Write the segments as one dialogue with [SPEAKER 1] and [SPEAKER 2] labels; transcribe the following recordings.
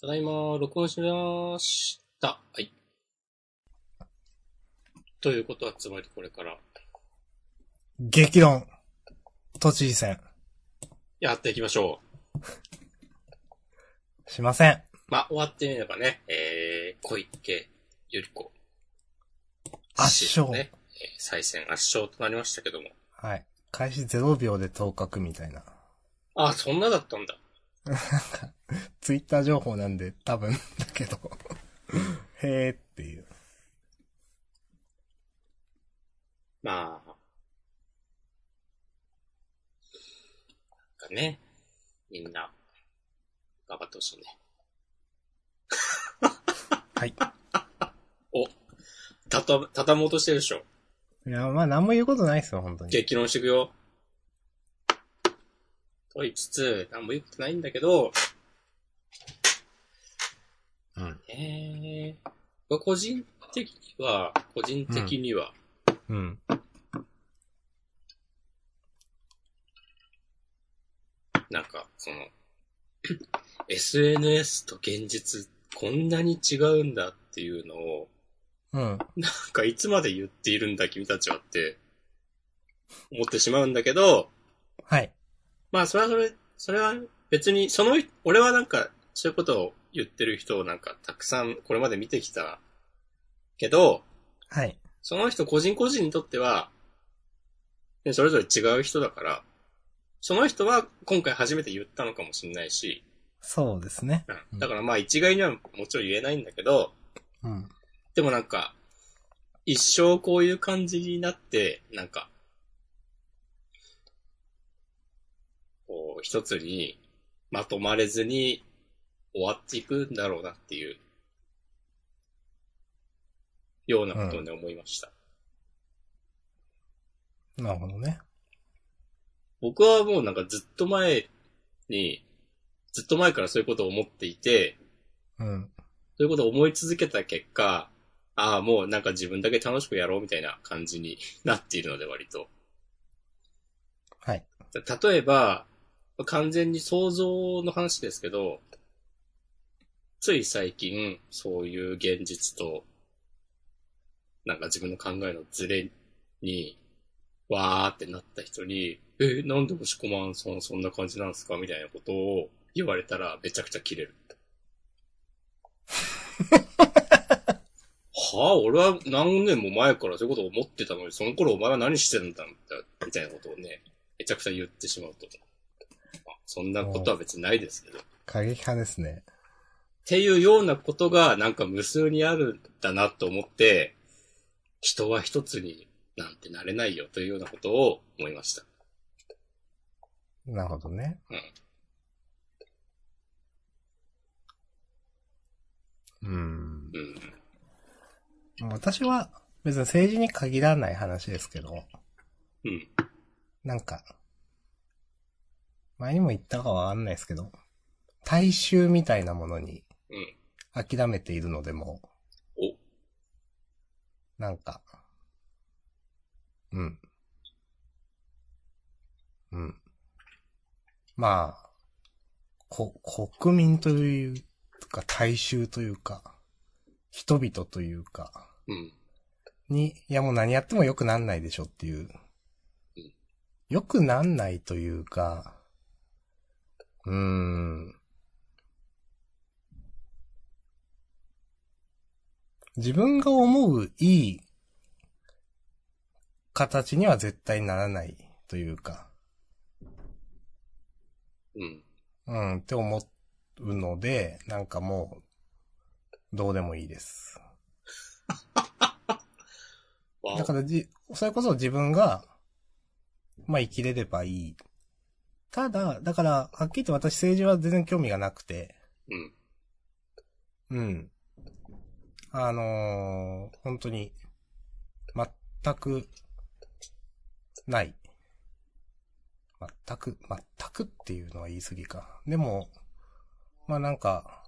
[SPEAKER 1] ただいま、録音しました。はい。ということは、つまりこれから、
[SPEAKER 2] 激論。都知事選。
[SPEAKER 1] やっていきましょう。
[SPEAKER 2] しません。
[SPEAKER 1] まあ、終わってみればね、えー、小池百合子。
[SPEAKER 2] 圧勝。
[SPEAKER 1] ね。えー再選圧勝となりましたけども。
[SPEAKER 2] はい。開始0秒で当確みたいな。
[SPEAKER 1] あ、そんなだったんだ。
[SPEAKER 2] ツイッター情報なんで多分だけど。 へーっていう。
[SPEAKER 1] まあ。なんかね、みんな、頑張ってほしいね。
[SPEAKER 2] はい。
[SPEAKER 1] お、たた、畳もうとしてるでしょ。
[SPEAKER 2] いや、まあ何も言うことないですよ、本当に。
[SPEAKER 1] 激論してくよ。と言いつつ、何も言ってないんだけど、
[SPEAKER 2] うん。
[SPEAKER 1] えー、まあ個人的には、個人的には、
[SPEAKER 2] うん。
[SPEAKER 1] なんか、その、SNS と現実、こんなに違うんだっていうのを、
[SPEAKER 2] うん。
[SPEAKER 1] なんかいつまで言っているんだ君たちはって、思ってしまうんだけど、
[SPEAKER 2] はい。
[SPEAKER 1] まあそれはそれ、それは別に、その、俺はなんか、そういうことを言ってる人をなんかたくさんこれまで見てきたけど、
[SPEAKER 2] はい。
[SPEAKER 1] その人個人個人にとっては、ねそれぞれ違う人だから、その人は今回初めて言ったのかもしれないし、
[SPEAKER 2] そうですね。
[SPEAKER 1] うんだからまあ一概にはもちろん言えないんだけど、
[SPEAKER 2] うん。
[SPEAKER 1] でもなんか、一生こういう感じになって、なんか、こう、一つにまとまれずに終わっていくんだろうなっていう、ようなことをね、思いました。
[SPEAKER 2] なるほどね。
[SPEAKER 1] 僕はもうなんかずっと前に、ずっと前からそういうことを思っていて、
[SPEAKER 2] うん。
[SPEAKER 1] そういうことを思い続けた結果、ああ、もうなんか自分だけ楽しくやろうみたいな感じになっているので割と。
[SPEAKER 2] はい。
[SPEAKER 1] 例えば、完全に想像の話ですけど、つい最近、そういう現実と、なんか自分の考えのズレに、わーってなった人に、え、なんで押し込まんそんそんな感じなんですかみたいなことを言われたらめちゃくちゃキレる。はあ、俺は何年も前からそういうことを思ってたのに、その頃お前は何してんだみたいなみたいなことをね、めちゃくちゃ言ってしまうと。まあそんなことは別にないですけど。
[SPEAKER 2] 過激派ですね。
[SPEAKER 1] っていうようなことがなんか無数にあるんだなと思って、人は一つになんてなれないよというようなことを思いました。
[SPEAKER 2] なるほどね。うん。
[SPEAKER 1] うん。
[SPEAKER 2] 私は別に政治に限らない話ですけど、
[SPEAKER 1] うん。
[SPEAKER 2] なんか、前にも言ったかわかんないですけど、大衆みたいなものに
[SPEAKER 1] うん。
[SPEAKER 2] 諦めているのでも、
[SPEAKER 1] お、
[SPEAKER 2] なんか、うん。うん。まあ、こ、国民というか、大衆というか、人々というか、
[SPEAKER 1] うん。
[SPEAKER 2] に、いやもう何やっても良くなんないでしょっていう。良くなんないというか、うーん。自分が思ういい形には絶対ならないというか、
[SPEAKER 1] うん。
[SPEAKER 2] うんって思うので、なんかもう、どうでもいいです。
[SPEAKER 1] わ
[SPEAKER 2] だからじ、それこそ自分が、まあ生きれればいい。ただ、だから、はっきり言って私政治は全然興味がなくて、
[SPEAKER 1] うん。
[SPEAKER 2] うん。あのー本当に、全く、ない。全く、全くっていうのは言い過ぎか。でも、まあなんか、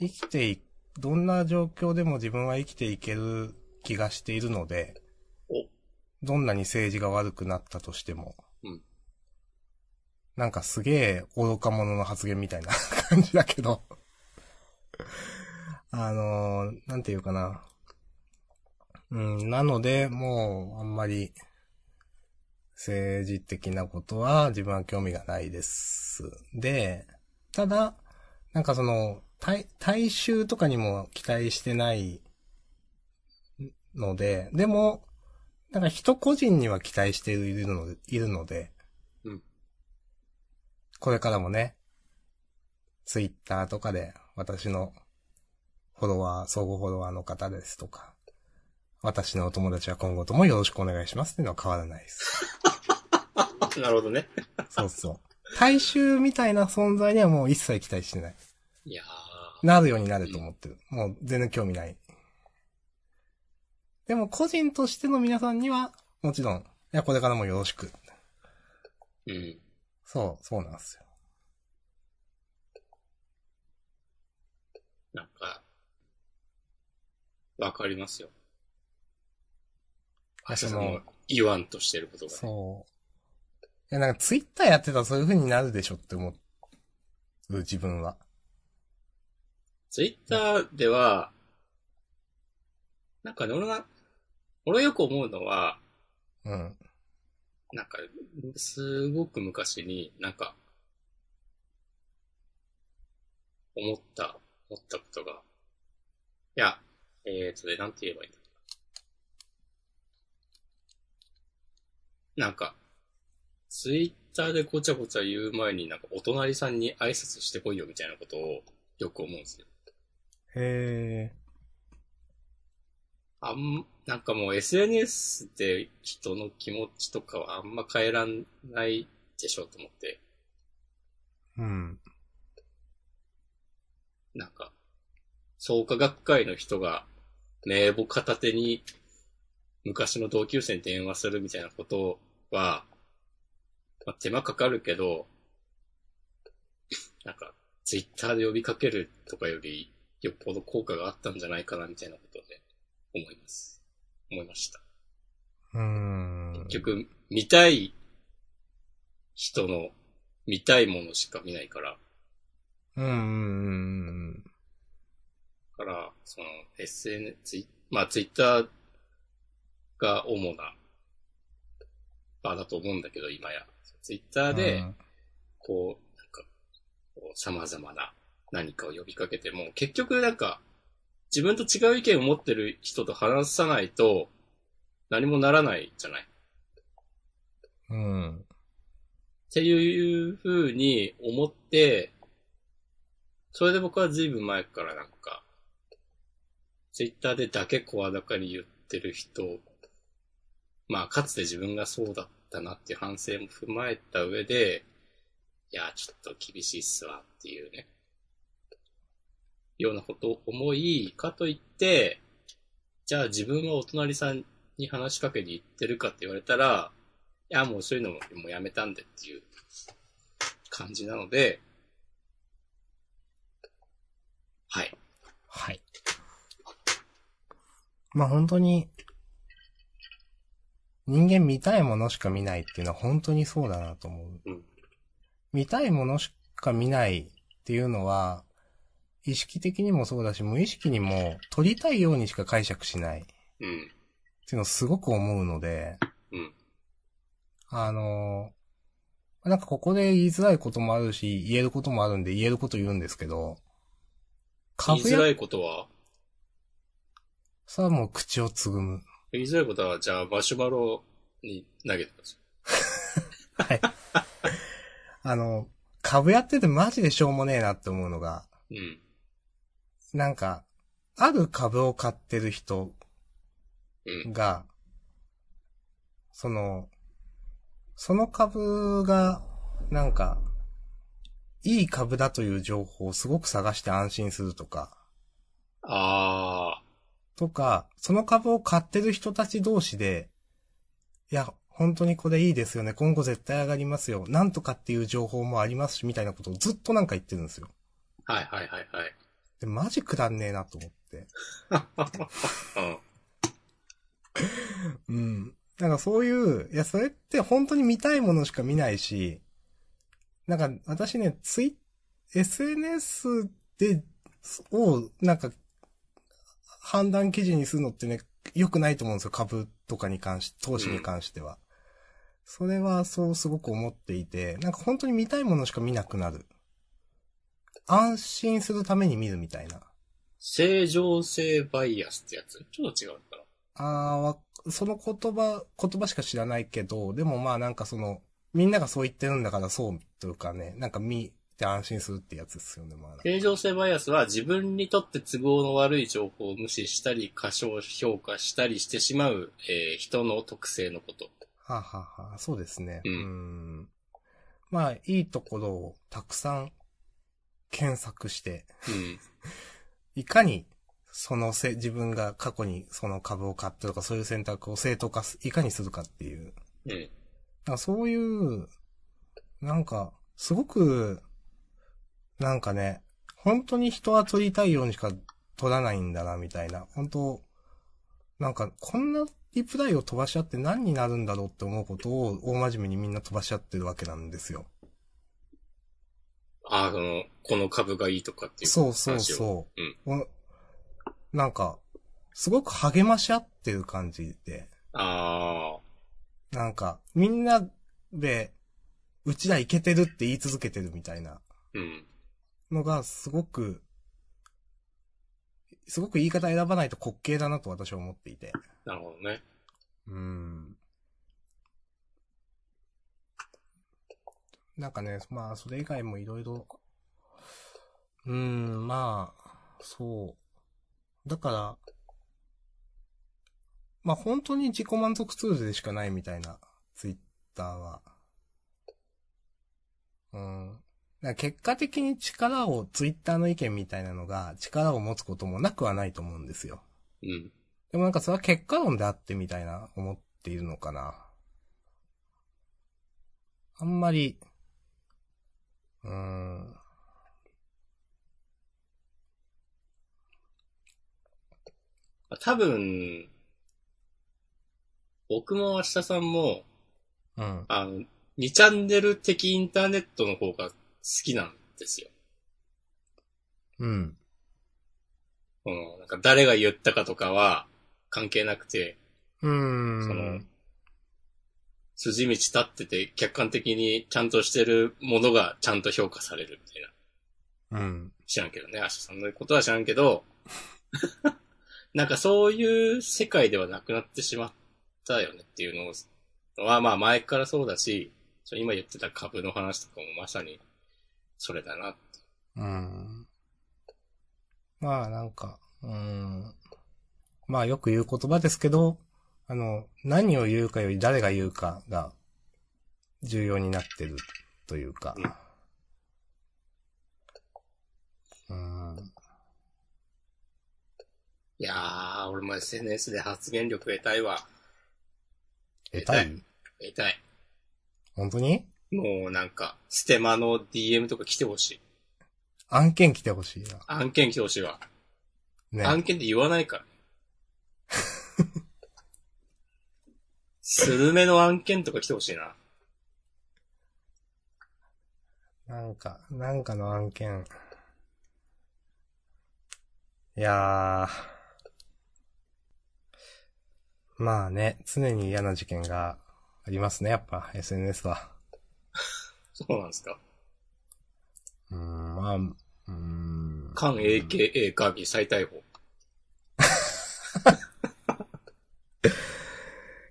[SPEAKER 2] 生きてい、どんな状況でも自分は生きていける気がしているので、
[SPEAKER 1] お、
[SPEAKER 2] どんなに政治が悪くなったとしても。
[SPEAKER 1] うん
[SPEAKER 2] なんかすげえ愚か者の発言みたいな感じだけど。あのー、なんていうかな。うん、なので、もう、あんまり、政治的なことは自分は興味がないです。で、ただ、なんかその、大、大衆とかにも期待してないので、でも、なんか人個人には期待しているので、いるので、
[SPEAKER 1] うん
[SPEAKER 2] これからもね、ツイッターとかで私のフォロワー、相互フォロワーの方ですとか、私のお友達は今後ともよろしくお願いしますっていうのは変わらないです。
[SPEAKER 1] なるほどね。
[SPEAKER 2] そうそう。大衆みたいな存在にはもう一切期待してない。
[SPEAKER 1] いや
[SPEAKER 2] なるようになると思ってる。もう全然興味ない。でも個人としての皆さんには、もちろん、いや、これからもよろしく。
[SPEAKER 1] ー。うん。
[SPEAKER 2] そう、そうなんですよ。
[SPEAKER 1] なんか、わかりますよ。あ
[SPEAKER 2] そ
[SPEAKER 1] そ
[SPEAKER 2] の
[SPEAKER 1] の、言わんとしてることがね。
[SPEAKER 2] そう。いや、なんかツイッターやってたらそういう風になるでしょって思う、自分は。
[SPEAKER 1] ツイッターでは、なんかね、俺が、俺よく思うのは、
[SPEAKER 2] うん。
[SPEAKER 1] なんか、すごく昔に、なんか、思った、思ったことが。いや、えーとね、なんて言えばいいんだろうなんか、ツイッターでごちゃごちゃ言う前に、なんか、お隣さんに挨拶してこいよみたいなことをよく思うんですよ。
[SPEAKER 2] へ
[SPEAKER 1] あん、なんかもう SNS で人の気持ちとかはあんま変えらんないでしょうと思って。
[SPEAKER 2] ー。うん。
[SPEAKER 1] なんか、創価学会の人が名簿片手に昔の同級生に電話するみたいなことは、まあ、手間かかるけど、なんか、ツイッターで呼びかけるとかより、よっぽど効果があったんじゃないかなみたいなことで、思います。思いました。
[SPEAKER 2] うーん
[SPEAKER 1] 結。局、見たい人の見たいものしか見ないから、
[SPEAKER 2] うんうんうんうん。
[SPEAKER 1] だから、その、SN、ツイまあ、ツイッターが主な場だと思うんだけど、今や。ツイッターで、
[SPEAKER 2] うん
[SPEAKER 1] こう、なんか、こう様々な何かを呼びかけても、結局なんか、自分と違う意見を持ってる人と話さないと、何もならないじゃない。
[SPEAKER 2] うん。
[SPEAKER 1] っていう風に思って、それで僕は随分前からなんか、ツイッターでだけ声高に言ってる人、まあ、かつて自分がそうだったなっていう反省も踏まえた上で、いや、ちょっと厳しいっすわっていうね、ようなことを思い、かといって、じゃあ自分はお隣さんに話しかけに行ってるかって言われたら、いや、もうそういうのももうやめたんでっていう感じなので、はい。
[SPEAKER 2] はい。まあ本当に、人間見たいものしか見ないっていうのは本当にそうだなと思う。
[SPEAKER 1] うん
[SPEAKER 2] 見たいものしか見ないっていうのは、意識的にもそうだし、無意識にも撮りたいようにしか解釈しないっ
[SPEAKER 1] うん。
[SPEAKER 2] ていうのをすごく思うので、
[SPEAKER 1] うん。
[SPEAKER 2] あのーなんかここで言いづらいこともあるし、言えることもあるんで言えること言うんですけど、
[SPEAKER 1] 言い
[SPEAKER 2] 株
[SPEAKER 1] づら
[SPEAKER 2] や
[SPEAKER 1] いことは
[SPEAKER 2] さはもう口をつぐむ。
[SPEAKER 1] 言いづらいことは、じゃあマシュマロに投げてくださ
[SPEAKER 2] あの、株やっててマジでしょうもねえなって思うのが、
[SPEAKER 1] い。うん。
[SPEAKER 2] なんか、ある株を買ってる人
[SPEAKER 1] うん。
[SPEAKER 2] が、その、その株が、なんか、いい株だという情報をすごく探して安心するとか、
[SPEAKER 1] あ
[SPEAKER 2] とか、その株を買ってる人たち同士で、いや、本当にこれいいですよね。今後絶対上がりますよ。なんとかっていう情報もありますし、みたいなことをずっとなんか言ってるんですよ。
[SPEAKER 1] ー。はいはいはいはい。
[SPEAKER 2] で、マジくだんねえなと思って。
[SPEAKER 1] うん。
[SPEAKER 2] うん。なんかそういう、いや、それって本当に見たいものしか見ないし、なんか私ね、ツイ SNS でを、なんか、判断基準にするのってね、良くないと思うんですよ。株とかに関し、投資に関しては。それはそうすごく思っていて、なんか本当に見たいものしか見なくなる。安心するために見るみたいな。
[SPEAKER 1] 正常性バイアスってやつちょっと違うのかな
[SPEAKER 2] あーわ、その言葉、言葉しか知らないけど、でもまあなんかその、みんながそう言ってるんだからそうというかね、なんか見て安心するってやつですよね、まあ。
[SPEAKER 1] 正常性バイアスは自分にとって都合の悪い情報を無視したり、過小評価したりしてしまう、えー人の特性のこと。
[SPEAKER 2] はあ、はあはあ、そうですね。
[SPEAKER 1] うん
[SPEAKER 2] んまあ、いいところをたくさん検索して、
[SPEAKER 1] うん。
[SPEAKER 2] いかに、そのせ、自分が過去にその株を買ったとか、そういう選択を正当化す、いかにするかっていう。
[SPEAKER 1] うん。
[SPEAKER 2] なんかそういう、なんか、すごく、なんかね、本当に人は取りたいようにしか取らないんだな、みたいな。本当、なんか、こんなリプライを飛ばし合って何になるんだろうって思うことを、大真面目にみんな飛ばし合ってるわけなんですよ。
[SPEAKER 1] ああ、この、この株がいいとかっていう。
[SPEAKER 2] そうそう
[SPEAKER 1] う。
[SPEAKER 2] そう。おなんか、すごく励まし合ってる感じで。
[SPEAKER 1] ああ、
[SPEAKER 2] なんか、みんなで、うちらいけてるって言い続けてるみたいな。
[SPEAKER 1] うん。
[SPEAKER 2] のがすごく、すごく言い方選ばないと滑稽だなと私は思っていて。
[SPEAKER 1] なるほどね。
[SPEAKER 2] うん。なんかね、まあ、それ以外もいろいろ、うん、まあ、そう。だから、まあ本当に自己満足ツールでしかないみたいな、ツイッターは。うん。だから結果的に力を、ツイッターの意見みたいなのが力を持つこともなくはないと思うんですよ。
[SPEAKER 1] うん。
[SPEAKER 2] でもなんかそれは結果論であってみたいな思っているのかな。あんまり、うーん。
[SPEAKER 1] 多分、僕も明日さんも、
[SPEAKER 2] うん。
[SPEAKER 1] あの、2チャンネル的インターネットの方が好きなんですよ。
[SPEAKER 2] うん。
[SPEAKER 1] この、なんか誰が言ったかとかは関係なくて、
[SPEAKER 2] うーん。
[SPEAKER 1] その筋道立ってて客観的にちゃんとしてるものがちゃんと評価されるみたいな。
[SPEAKER 2] うん。
[SPEAKER 1] 知らんけどね、明日さんのことは知らんけど、 なんかそういう世界ではなくなってしまったよねっていうのは、まあ前からそうだし、その今言ってた株の話とかもまさにそれだな。
[SPEAKER 2] うん。まあなんか、うん。まあよく言う言葉ですけど、あの、何を言うかより誰が言うかが重要になってるというか。うん。
[SPEAKER 1] いやー、俺も SNS で発言力得たいわ。
[SPEAKER 2] 得たい
[SPEAKER 1] 得たい。
[SPEAKER 2] 本当に
[SPEAKER 1] もうなんか、ステマの DM とか来てほしい。
[SPEAKER 2] 案件来てほしい
[SPEAKER 1] 案件来てほしいわ。
[SPEAKER 2] な。
[SPEAKER 1] 案
[SPEAKER 2] ね。
[SPEAKER 1] 件って言わないから。 スルメの案件とか来てほしいな。
[SPEAKER 2] なんか、なんかの案件。いやー。まあね、常に嫌な事件がありますね、やっぱ、SNS は。
[SPEAKER 1] そうなんですか。
[SPEAKER 2] うーん、まあ、うーん。
[SPEAKER 1] 関 AKA ガーギー再逮捕。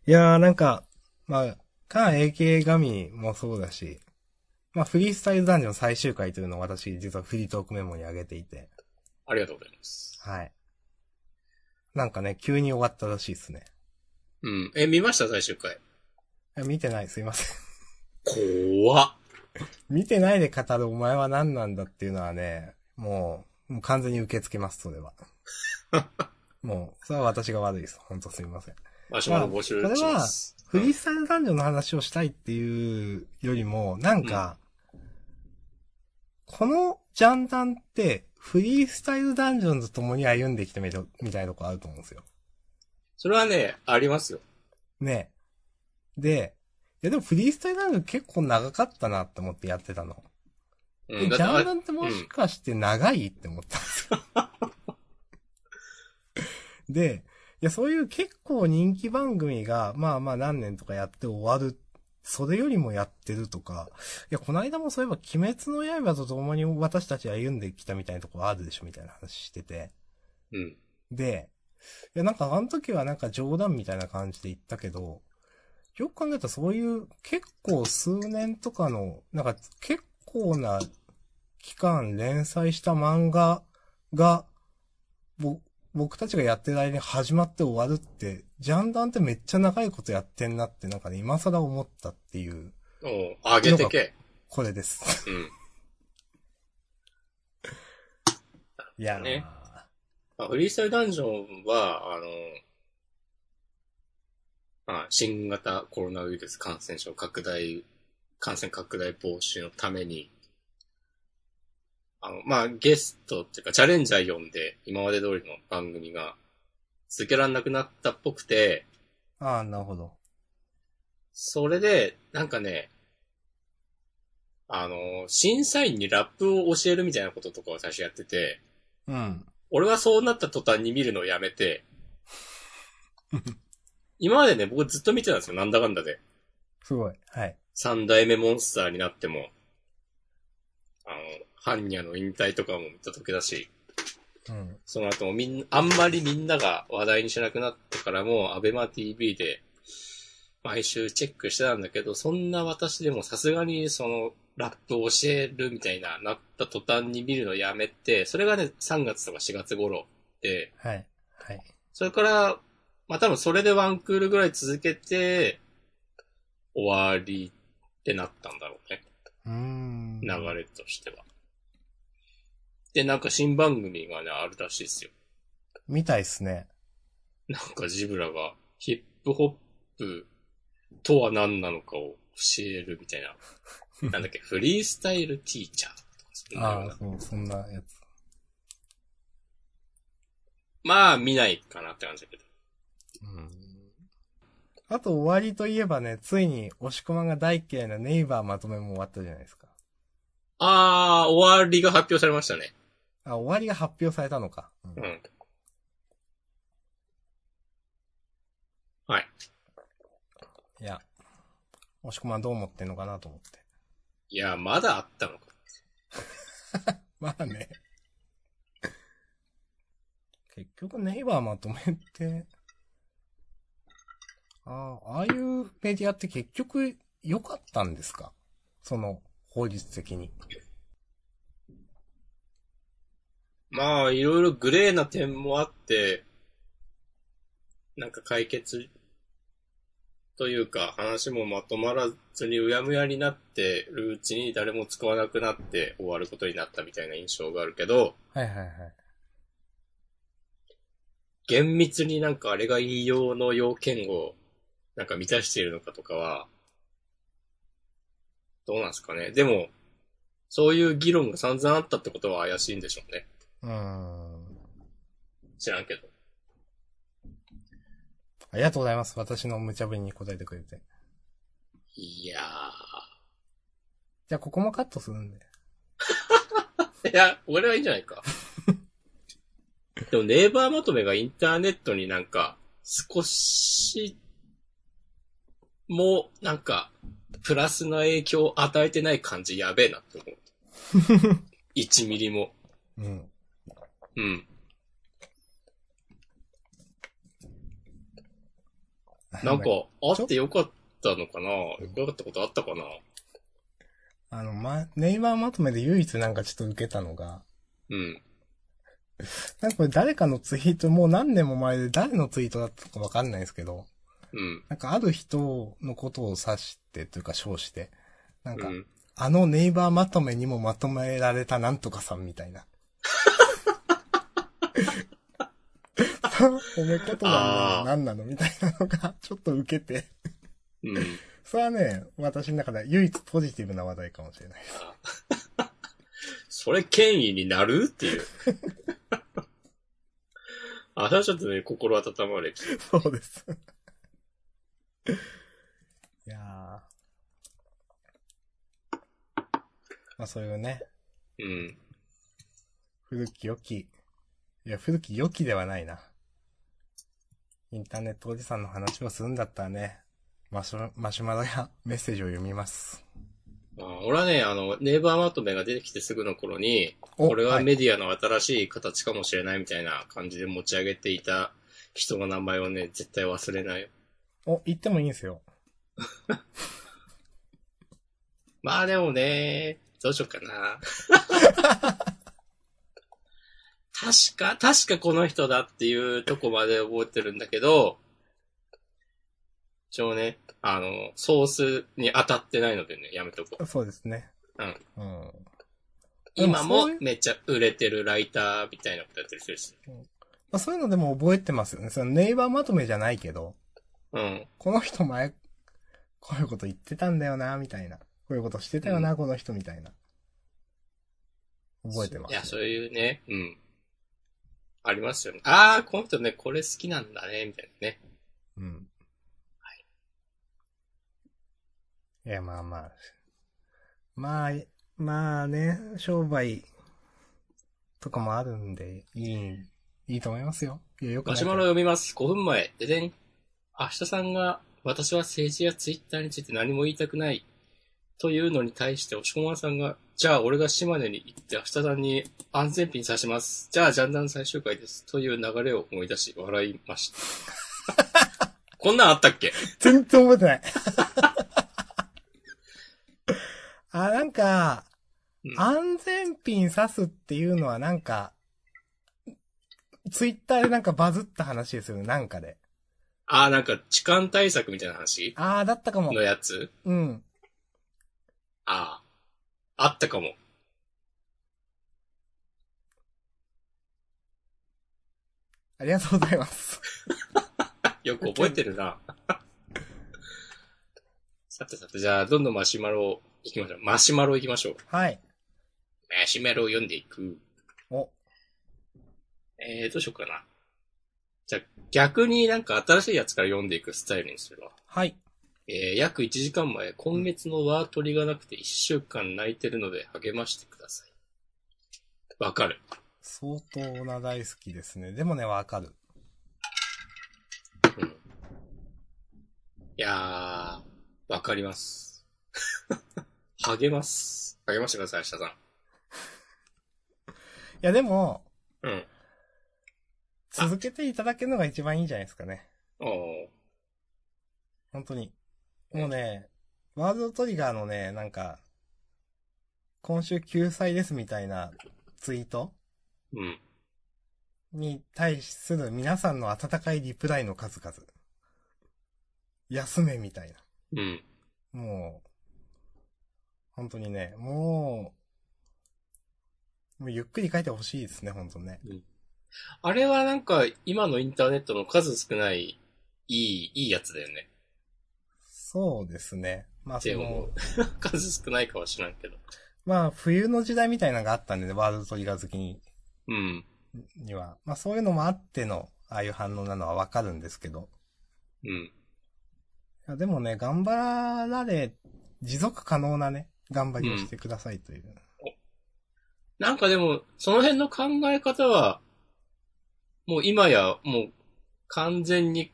[SPEAKER 2] いやーなんか、まあ、カン AKA 神もそうだし、まあ、フリースタイルダンジョン最終回というのを私、実はフリートークメモに上げていて、
[SPEAKER 1] ありがとうございます。
[SPEAKER 2] はい。なんかね、急に終わったらしいですね。
[SPEAKER 1] うん。え、見ました最終回。
[SPEAKER 2] いや見てない、すいません。
[SPEAKER 1] 怖っ。
[SPEAKER 2] 見てないで語るお前は何なんだっていうのはね、もう、もう完全に受け付けます、それ は。もう、それは私が悪いです。本当すみません。
[SPEAKER 1] マシュマロ募集
[SPEAKER 2] まあこれは
[SPEAKER 1] します。
[SPEAKER 2] フリースタイルダンジョンの話をしたいっていうよりも、なんか、このジャンダンって、フリースタイルダンジョンと共に歩んできてみる、みたいなとこあると思うんですよ。
[SPEAKER 1] それはね、ありますよ。
[SPEAKER 2] ねえ。で、いやでもフリースタイルダンジョン結構長かったなって思ってやってたの。
[SPEAKER 1] う
[SPEAKER 2] で
[SPEAKER 1] ん。
[SPEAKER 2] ジ
[SPEAKER 1] だって
[SPEAKER 2] ャン
[SPEAKER 1] あ
[SPEAKER 2] ダンってもしかして長いって思ったんですよ。 で、いや、そういう結構人気番組が、まあまあ何年とかやって終わる。それよりもやってるとか。いや、この間もそういえば、鬼滅の刃と共に私たち歩んできたみたいなとこあるでしょみたいな話してて。
[SPEAKER 1] うん。
[SPEAKER 2] で、いや、なんかあの時はなんか冗談みたいな感じで言ったけど、よく考えたらそういう結構数年とかの、なんか結構な期間連載した漫画が、ぼ、僕たちがやってる間に始まって終わるって、ジャンダンってめっちゃ長いことやってんなってなんかね、今更思ったっていう、
[SPEAKER 1] おうあげてけ。
[SPEAKER 2] これです。
[SPEAKER 1] うん。
[SPEAKER 2] いやー、
[SPEAKER 1] ねまあ、フリースタイルダンジョンは、あの、まあ、新型コロナウイルス感染症拡大、感染拡大防止のために、あの、まあ、ゲストっていうか、チャレンジャー呼んで、今まで通りの番組が続けられなくなったっぽくて、
[SPEAKER 2] ああ、なるほど。
[SPEAKER 1] それで、なんかね、あの、審査員にラップを教えるみたいなこととかを最初やってて、
[SPEAKER 2] うん。
[SPEAKER 1] 俺はそうなった途端に見るのをやめて、今までね、僕ずっと見てたんですよ、なんだかんだで。
[SPEAKER 2] すごい。はい。
[SPEAKER 1] 三代目モンスターになっても、あの、ハンニャの引退とかも見た時だし、
[SPEAKER 2] うん。
[SPEAKER 1] その後もみんな、あんまりみんなが話題にしなくなってからも、アベマ TV で、毎週チェックしてたんだけど、そんな私でもさすがにその、ラップを教えるみたいな、なった途端に見るのやめて、それがね、3月とか4月頃で、
[SPEAKER 2] はい。はい。
[SPEAKER 1] それから、まあ、多分それでワンクールぐらい続けて、終わりってなったんだろうね。
[SPEAKER 2] うーん。
[SPEAKER 1] 流れとしては。で、なんか新番組がね、あるらしいですよ。
[SPEAKER 2] みたいっすね。
[SPEAKER 1] なんかジブラが、ヒップホップとは何なのかを教えるみたいな。なんだっけ、フリースタイルティーチャーとかそんなよう
[SPEAKER 2] あ
[SPEAKER 1] な
[SPEAKER 2] あ、そう、そんなやつ。
[SPEAKER 1] まあ、見ないかなって感じだけど。
[SPEAKER 2] あと終わりといえばね、ついに押し込まんが大嫌いなネイバーまとめも終わったじゃないですか。
[SPEAKER 1] ああ、終わりが発表されましたね。
[SPEAKER 2] あ、終わりが発表されたのか。う
[SPEAKER 1] うんん。はい。
[SPEAKER 2] いや、押し込まんどう思ってんのかなと思って。
[SPEAKER 1] いや、まだあったのか。
[SPEAKER 2] まあね。結局ネイバーまとめって、ああ、ああいうメディアって結局良かったんですかその、法律的に。
[SPEAKER 1] まあ、いろいろグレーな点もあって、なんか解決というか、話もまとまらずにうやむやになってるうちに誰も使わなくなって終わることになったみたいな印象があるけど、
[SPEAKER 2] はいはいはい。
[SPEAKER 1] 厳密になんかあれが引用の要件をなんか満たしているのかとかは、どうなんですかね。でも、そういう議論が散々あったってことは怪しいんでしょうね。
[SPEAKER 2] うーん。
[SPEAKER 1] 知らんけど。
[SPEAKER 2] ありがとうございます。私の無茶ぶりに答えてくれて。
[SPEAKER 1] いや
[SPEAKER 2] じゃあ、ここもカットするんで。
[SPEAKER 1] ー。いや、俺はいいんじゃない か。でも、ネイバーまとめがインターネットになんか、少し、もう、なんか、プラスな影響を与えてない感じやべえなって思う。1ミリ も。
[SPEAKER 2] うん。
[SPEAKER 1] うん。なんか、、あってよかったのかなよかったことあったかな
[SPEAKER 2] あの、ま、ネイバーまとめで唯一なんかちょっと受けたのが、
[SPEAKER 1] うん。
[SPEAKER 2] なんかこれ誰かのツイート、もう何年も前で誰のツイートだったかわかんないんですけど、
[SPEAKER 1] うん。
[SPEAKER 2] なんかある人のことを指してというか称して、なん
[SPEAKER 1] う
[SPEAKER 2] か、
[SPEAKER 1] ん。
[SPEAKER 2] あのネイバーまとめにもまとめられたなんとかさんみたいな。褒め言葉なの何なのみたいなのが、ちょっと受けて。
[SPEAKER 1] うん。
[SPEAKER 2] それはね、私の中では唯一ポジティブな話題かもしれない です。
[SPEAKER 1] それ権威になるって いう。あ、それはちょっとね、心温まるエピソード
[SPEAKER 2] そうです。いやーまあそういうね、
[SPEAKER 1] うん。
[SPEAKER 2] 古き良き、いや、古き良きではないな。インターネットおじさんの話をするんだったらね、マシュマシュマロやメッセージを読みます。
[SPEAKER 1] まあ、俺はね、あの、ネイバーまとめが出てきてすぐの頃に、
[SPEAKER 2] お
[SPEAKER 1] これはいメディアの新しい形かもしれないみたいな感じで持ち上げていた人の名前をね、絶対忘れないよ。
[SPEAKER 2] お、言ってもいいんですよ。
[SPEAKER 1] まあでもね、どうしようかな。確か、確かこの人だっていうとこまで覚えてるんだけど、一応ね、あの、ソースに当たってないのでね、やめとこう。
[SPEAKER 2] そうですね。うん。でも
[SPEAKER 1] 今も
[SPEAKER 2] そういう
[SPEAKER 1] めっちゃ売れてるライターみたいなことやってる人です。
[SPEAKER 2] まあ、そういうのでも覚えてますよね。そのネイバーまとめじゃないけど、
[SPEAKER 1] うん。
[SPEAKER 2] この人前、こういうこと言ってたんだよな、みたいな。こういうことしてたよな、この人、みたいな。覚えてます、
[SPEAKER 1] いや、そういうね、うん。ありますよね。あー、この人ね、これ好きなんだね、みたいなね。
[SPEAKER 2] うん。いや、まあまあ。まあ、まあね、商売とかもあるんで、いい、いいと思いますよ。いや、よくな
[SPEAKER 1] マ
[SPEAKER 2] い
[SPEAKER 1] シ
[SPEAKER 2] け
[SPEAKER 1] ュ
[SPEAKER 2] ど
[SPEAKER 1] マロ読みます。5分前。ででん。明日さんが、私は政治やツイッターについて何も言いたくない。というのに対して、押し込まさんが、じゃあ俺が島根に行って明日さんに安全ピン刺します。じゃあジャンダン最終回です。という流れを思い出し、笑いました。こんなんあったっけ
[SPEAKER 2] 全然覚えてない。 あ、なんか、
[SPEAKER 1] うん
[SPEAKER 2] 安全ピン刺すっていうのはなんか、ツイッターでなんかバズった話ですよね、なんかで。
[SPEAKER 1] ああ、なんか痴漢対策みたいな話
[SPEAKER 2] あー、だったかも
[SPEAKER 1] の。やつ
[SPEAKER 2] うん。
[SPEAKER 1] ああ。あったかも。
[SPEAKER 2] ありがとうございます。
[SPEAKER 1] よく覚えてるな。さてさて、じゃあ、どんどんマシュマロ行きましょう。マシュマロ行きましょう。
[SPEAKER 2] はい。
[SPEAKER 1] マシュマロを読んでいく。
[SPEAKER 2] お、
[SPEAKER 1] えー、どうしようかな。じゃあ、逆になんか新しいやつから読んでいくスタイルにするわ。
[SPEAKER 2] はい。
[SPEAKER 1] えー、約1時間前、今月のワー取りがなくて1週間泣いてるので励ましてください。わかる。
[SPEAKER 2] 相当な大好きですね。でもね、わかる。
[SPEAKER 1] うん。いやー、わかります。 励ます。励ましてください、明日さん。
[SPEAKER 2] いや、でも、
[SPEAKER 1] うん。
[SPEAKER 2] 続けていただけるのが一番いいんじゃないですかね。
[SPEAKER 1] おお。
[SPEAKER 2] 本当に。もうね、ワールドトリガーのね、なんか、今週救済ですみたいなツイート
[SPEAKER 1] うん。
[SPEAKER 2] に対する皆さんの温かいリプライの数々。休めみたいな。
[SPEAKER 1] うん。
[SPEAKER 2] もう、本当にね、もう、もうゆっくり書いてほしいですね、本当ね。
[SPEAKER 1] あれはなんか、今のインターネットの数少ない、いい、いいやつだよね。
[SPEAKER 2] そうですね。まあ、
[SPEAKER 1] って
[SPEAKER 2] そ
[SPEAKER 1] 思
[SPEAKER 2] の
[SPEAKER 1] う、。 数少ないかは知らんけど。
[SPEAKER 2] まあ、冬の時代みたいなのがあったんでね、ワールドトリガー好きに
[SPEAKER 1] うん。
[SPEAKER 2] には、まあそういうのもあっての、ああいう反応なのはわかるんですけど。
[SPEAKER 1] うん。
[SPEAKER 2] いやでもね、頑張られ、持続可能なね、頑張りをしてくださいという。
[SPEAKER 1] なんかでも、その辺の考え方は、もう今や、もう、完全に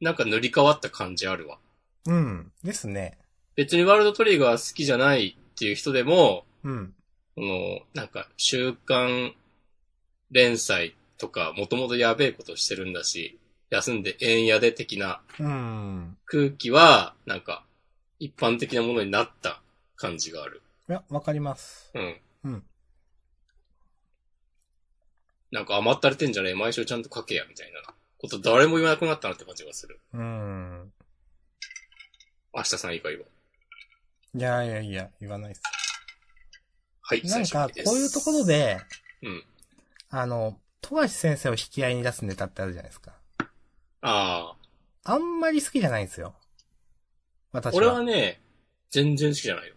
[SPEAKER 1] なんか塗り替わった感じあるわ。
[SPEAKER 2] うん。ですね。
[SPEAKER 1] 別にワールドトリガー好きじゃないっていう人でも、
[SPEAKER 2] うん。
[SPEAKER 1] この、なんか、週刊連載とか、もともとやべえことしてるんだし、休んで円やで的な
[SPEAKER 2] うん。
[SPEAKER 1] 空気は、なんか、一般的なものになった感じがある。
[SPEAKER 2] いや、わかります。
[SPEAKER 1] うん。
[SPEAKER 2] うん。
[SPEAKER 1] なんか余ったれてんじゃねえ、毎週ちゃんと書けや、みたいなこと誰も言わなくなったなって感じがする。
[SPEAKER 2] うん。
[SPEAKER 1] 明日さん以外は。
[SPEAKER 2] いやいやいや、言わないっす。
[SPEAKER 1] はい、
[SPEAKER 2] なん
[SPEAKER 1] 最
[SPEAKER 2] か
[SPEAKER 1] 終回で、す
[SPEAKER 2] こういうところ。で、
[SPEAKER 1] うん。
[SPEAKER 2] あの、富樫先生を引き合いに出すネタってあるじゃないですか。
[SPEAKER 1] あ
[SPEAKER 2] あんまり好きじゃないんですよ。
[SPEAKER 1] あ。
[SPEAKER 2] 私
[SPEAKER 1] 俺はね、全然好きじゃないよ。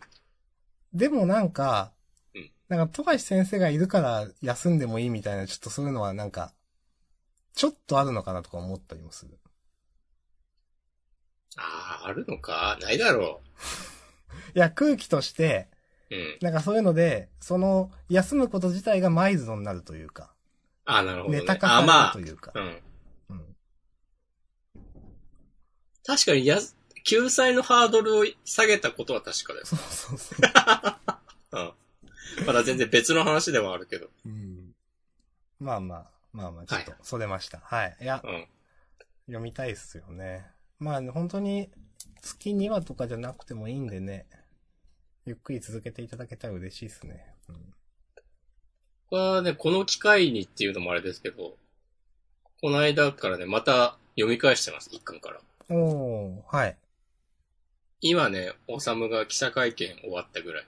[SPEAKER 2] でもなんか
[SPEAKER 1] うん、
[SPEAKER 2] なんか、富樫先生がいるから休んでもいいみたいな、ちょっとそういうのはなんか、ちょっとあるのかなとか思ったりもする。
[SPEAKER 1] ああ、あるのかないだろ
[SPEAKER 2] いや、空気として、
[SPEAKER 1] う。うん。
[SPEAKER 2] なんかそういうので、その、休むこと自体がマイルドになるというか、
[SPEAKER 1] ああ、なるほど、ね。
[SPEAKER 2] ネタ化
[SPEAKER 1] あ
[SPEAKER 2] さ
[SPEAKER 1] ま
[SPEAKER 2] れるというか
[SPEAKER 1] あ、う。ん。
[SPEAKER 2] うん
[SPEAKER 1] 確かにや、救済のハードルを下げたことは確かです。
[SPEAKER 2] そうそうそう。
[SPEAKER 1] まだ全然別の話ではあるけど。
[SPEAKER 2] うん。まあまあ、まあまあ、ちょっと、それました。はい。いや、
[SPEAKER 1] うん。
[SPEAKER 2] 読みたいっすよね。まあ、本当に、月2話とかじゃなくてもいいんでね、ゆっくり続けていただけたら嬉しいですね。うん。
[SPEAKER 1] これはね、この機会にっていうのもあれですけど、この間からね、また読み返してます、一巻から。
[SPEAKER 2] おー、はい。
[SPEAKER 1] 今ね、おさむが記者会見終わったぐらい。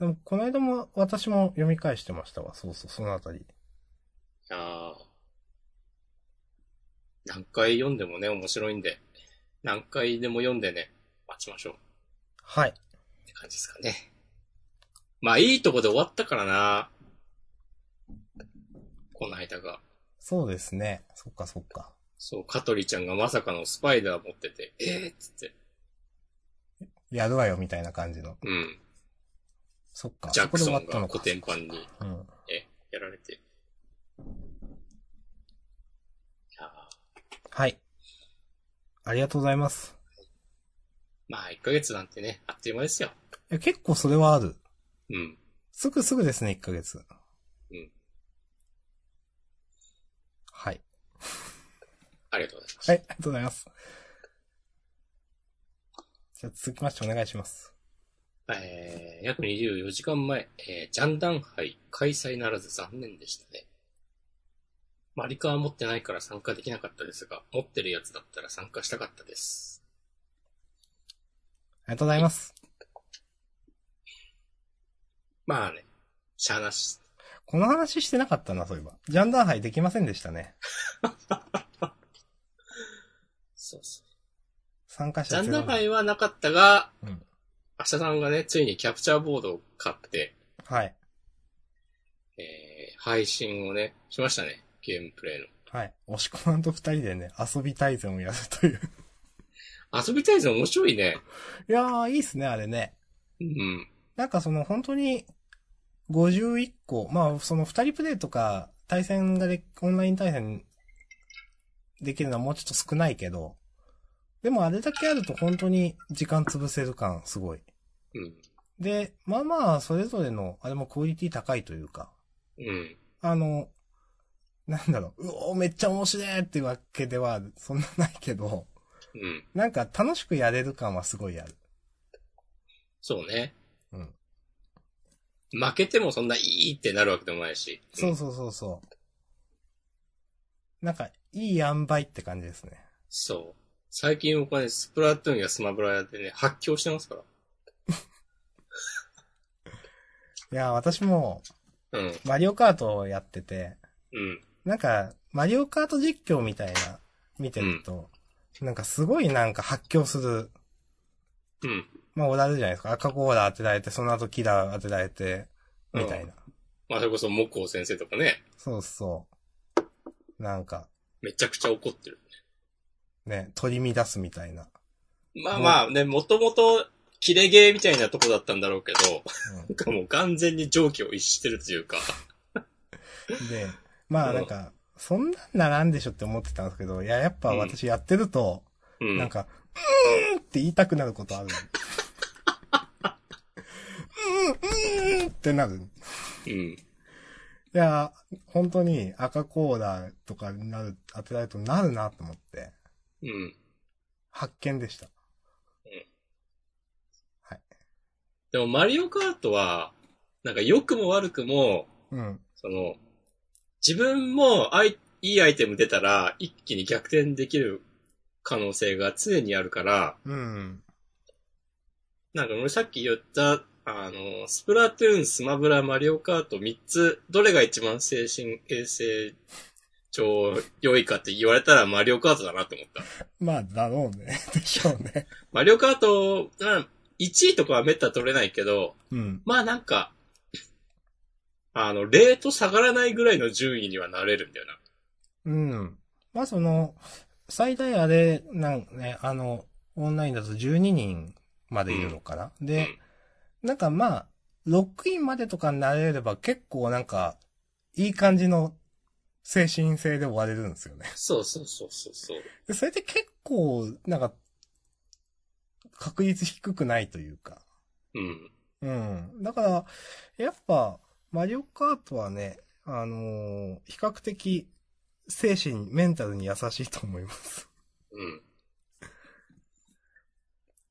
[SPEAKER 2] でも、この間も、私も読み返してましたわ。そうそう、そのあたり。
[SPEAKER 1] ああ。何回読んでもね、面白いんで、何回でも読んでね、待ちましょう
[SPEAKER 2] はい。
[SPEAKER 1] って感じですかね。まあ、いいとこで終わったからな。この間が。
[SPEAKER 2] そうですね。そっかそっか。
[SPEAKER 1] そう、香取ちゃんがまさかのスパイダー持ってて、ええー、っつって。
[SPEAKER 2] やるわよ、みたいな感じの。
[SPEAKER 1] うん。
[SPEAKER 2] そっか。
[SPEAKER 1] ジャクソン
[SPEAKER 2] そこで終わった
[SPEAKER 1] が
[SPEAKER 2] の
[SPEAKER 1] コ
[SPEAKER 2] か
[SPEAKER 1] テンパンに
[SPEAKER 2] うん。
[SPEAKER 1] やられて。いやー
[SPEAKER 2] はい。ありがとうございます。
[SPEAKER 1] まあ、1ヶ月なんてね、あっという間ですよ。
[SPEAKER 2] え、結構それはある。
[SPEAKER 1] うん。
[SPEAKER 2] すぐすぐですね、1ヶ月。
[SPEAKER 1] うん。
[SPEAKER 2] はい。
[SPEAKER 1] ありがとうございます。
[SPEAKER 2] はい、ありがとうございます。じゃあ続きましてお願いします。
[SPEAKER 1] えー、約24時間前、えー、ジャンダン杯開催ならず残念でしたね。マリカは持ってないから参加できなかったですが、持ってるやつだったら参加したかったです。
[SPEAKER 2] ありがとうございます。
[SPEAKER 1] まあね、しゃあなし。
[SPEAKER 2] この話してなかったな、そういえば。ジャンダーハイできませんでしたね。
[SPEAKER 1] そうそう。
[SPEAKER 2] 参加
[SPEAKER 1] ジ
[SPEAKER 2] 者
[SPEAKER 1] ャンダン
[SPEAKER 2] イ
[SPEAKER 1] 杯はなかったが、
[SPEAKER 2] うん
[SPEAKER 1] 明日さんがね、ついにキャプチャーボードを買って、
[SPEAKER 2] はい。
[SPEAKER 1] えー、配信をね、しましたね。ゲームプレイの。
[SPEAKER 2] はい。押し込まんと二人でね、遊び大全をやるという。
[SPEAKER 1] 遊びたいですよ面白いね。
[SPEAKER 2] いやー、いいっすね、あれね。
[SPEAKER 1] うん。
[SPEAKER 2] なんかその本当に、51個、まあその二人プレイとか、対戦がで、オンライン対戦できるのはもうちょっと少ないけど、でもあれだけあると本当に時間潰せる感すごい。
[SPEAKER 1] うん。
[SPEAKER 2] で、まあまあ、それぞれの、あれもクオリティ高いというか、
[SPEAKER 1] うん。
[SPEAKER 2] あの、なんだろう、うおーめっちゃ面白いっていうわけでは、そんなないけど、
[SPEAKER 1] うん。
[SPEAKER 2] なんか楽しくやれる感はすごいある。
[SPEAKER 1] そうね。
[SPEAKER 2] うん
[SPEAKER 1] 負けてもそんないいってなるわけでもないし。
[SPEAKER 2] そ
[SPEAKER 1] ん
[SPEAKER 2] うそうそうそう。なんか、いい塩梅って感じですね。
[SPEAKER 1] そう。最近僕はね、スプラトゥーンやスマブラやってね、発狂してますか
[SPEAKER 2] いや、私も、
[SPEAKER 1] ら。うん。
[SPEAKER 2] マリオカートをやってて、
[SPEAKER 1] うん。
[SPEAKER 2] なんか、マリオカート実況みたいな、見てると、なんかすごいなんか発狂する。
[SPEAKER 1] うん。
[SPEAKER 2] まあ、おられるじゃないですか。赤コーラ当てられて、その後キラー当てられて、みたいな。
[SPEAKER 1] まあ、それこそ木工先生とかね、
[SPEAKER 2] そうそう。なんか、
[SPEAKER 1] めちゃくちゃ怒ってる。
[SPEAKER 2] ね、取り乱すみたいな。
[SPEAKER 1] まあまあね、もともと、切れゲーみたいなとこだったんだろうけど、
[SPEAKER 2] う
[SPEAKER 1] なんかもう完全に常軌を逸してるというか。
[SPEAKER 2] ん、で、まあなんか、そんなんならんでしょって思ってたんですけど、いや、やっぱ私やってると、
[SPEAKER 1] うん。
[SPEAKER 2] なんか、うーんって言いたくなることある。うーん、うーんってなる。い
[SPEAKER 1] うん。
[SPEAKER 2] や、本当に赤コーラとかになる、当てられるとなるなと思って、
[SPEAKER 1] うん。
[SPEAKER 2] 発見でした。
[SPEAKER 1] でもマリオカートは、なんか良くも悪くも、
[SPEAKER 2] うん。
[SPEAKER 1] その、自分もあい、いいアイテム出たら、一気に逆転できる可能性が常にあるから、
[SPEAKER 2] うん。
[SPEAKER 1] なんか俺さっき言った、あの、スプラトゥーン、スマブラ、マリオカート3つ、どれが一番精神、衛生上良いかって言われたらマリオカートだなと思った。
[SPEAKER 2] まあ、だろうね。 でしょうね。
[SPEAKER 1] マリオカート、うん1位とかはめったら取れないけど、
[SPEAKER 2] うん。
[SPEAKER 1] まあなんか、あの、レート下がらないぐらいの順位にはなれるんだよな。
[SPEAKER 2] うん。まあ、その、最大あれ、なんね、あの、オンラインだと12人までいるのかな、で、なんかまあ、ロックインまでとかになれれば結構なんか、いい感じの精神性で終われるんですよね。
[SPEAKER 1] そうそうそうそうそう。
[SPEAKER 2] で、それって結構、なんか、確率低くないというか。
[SPEAKER 1] うん。
[SPEAKER 2] うん。だから、やっぱ、マリオカートはね、あのー比較的、精神、メンタルに優しいと思います。
[SPEAKER 1] うん。
[SPEAKER 2] い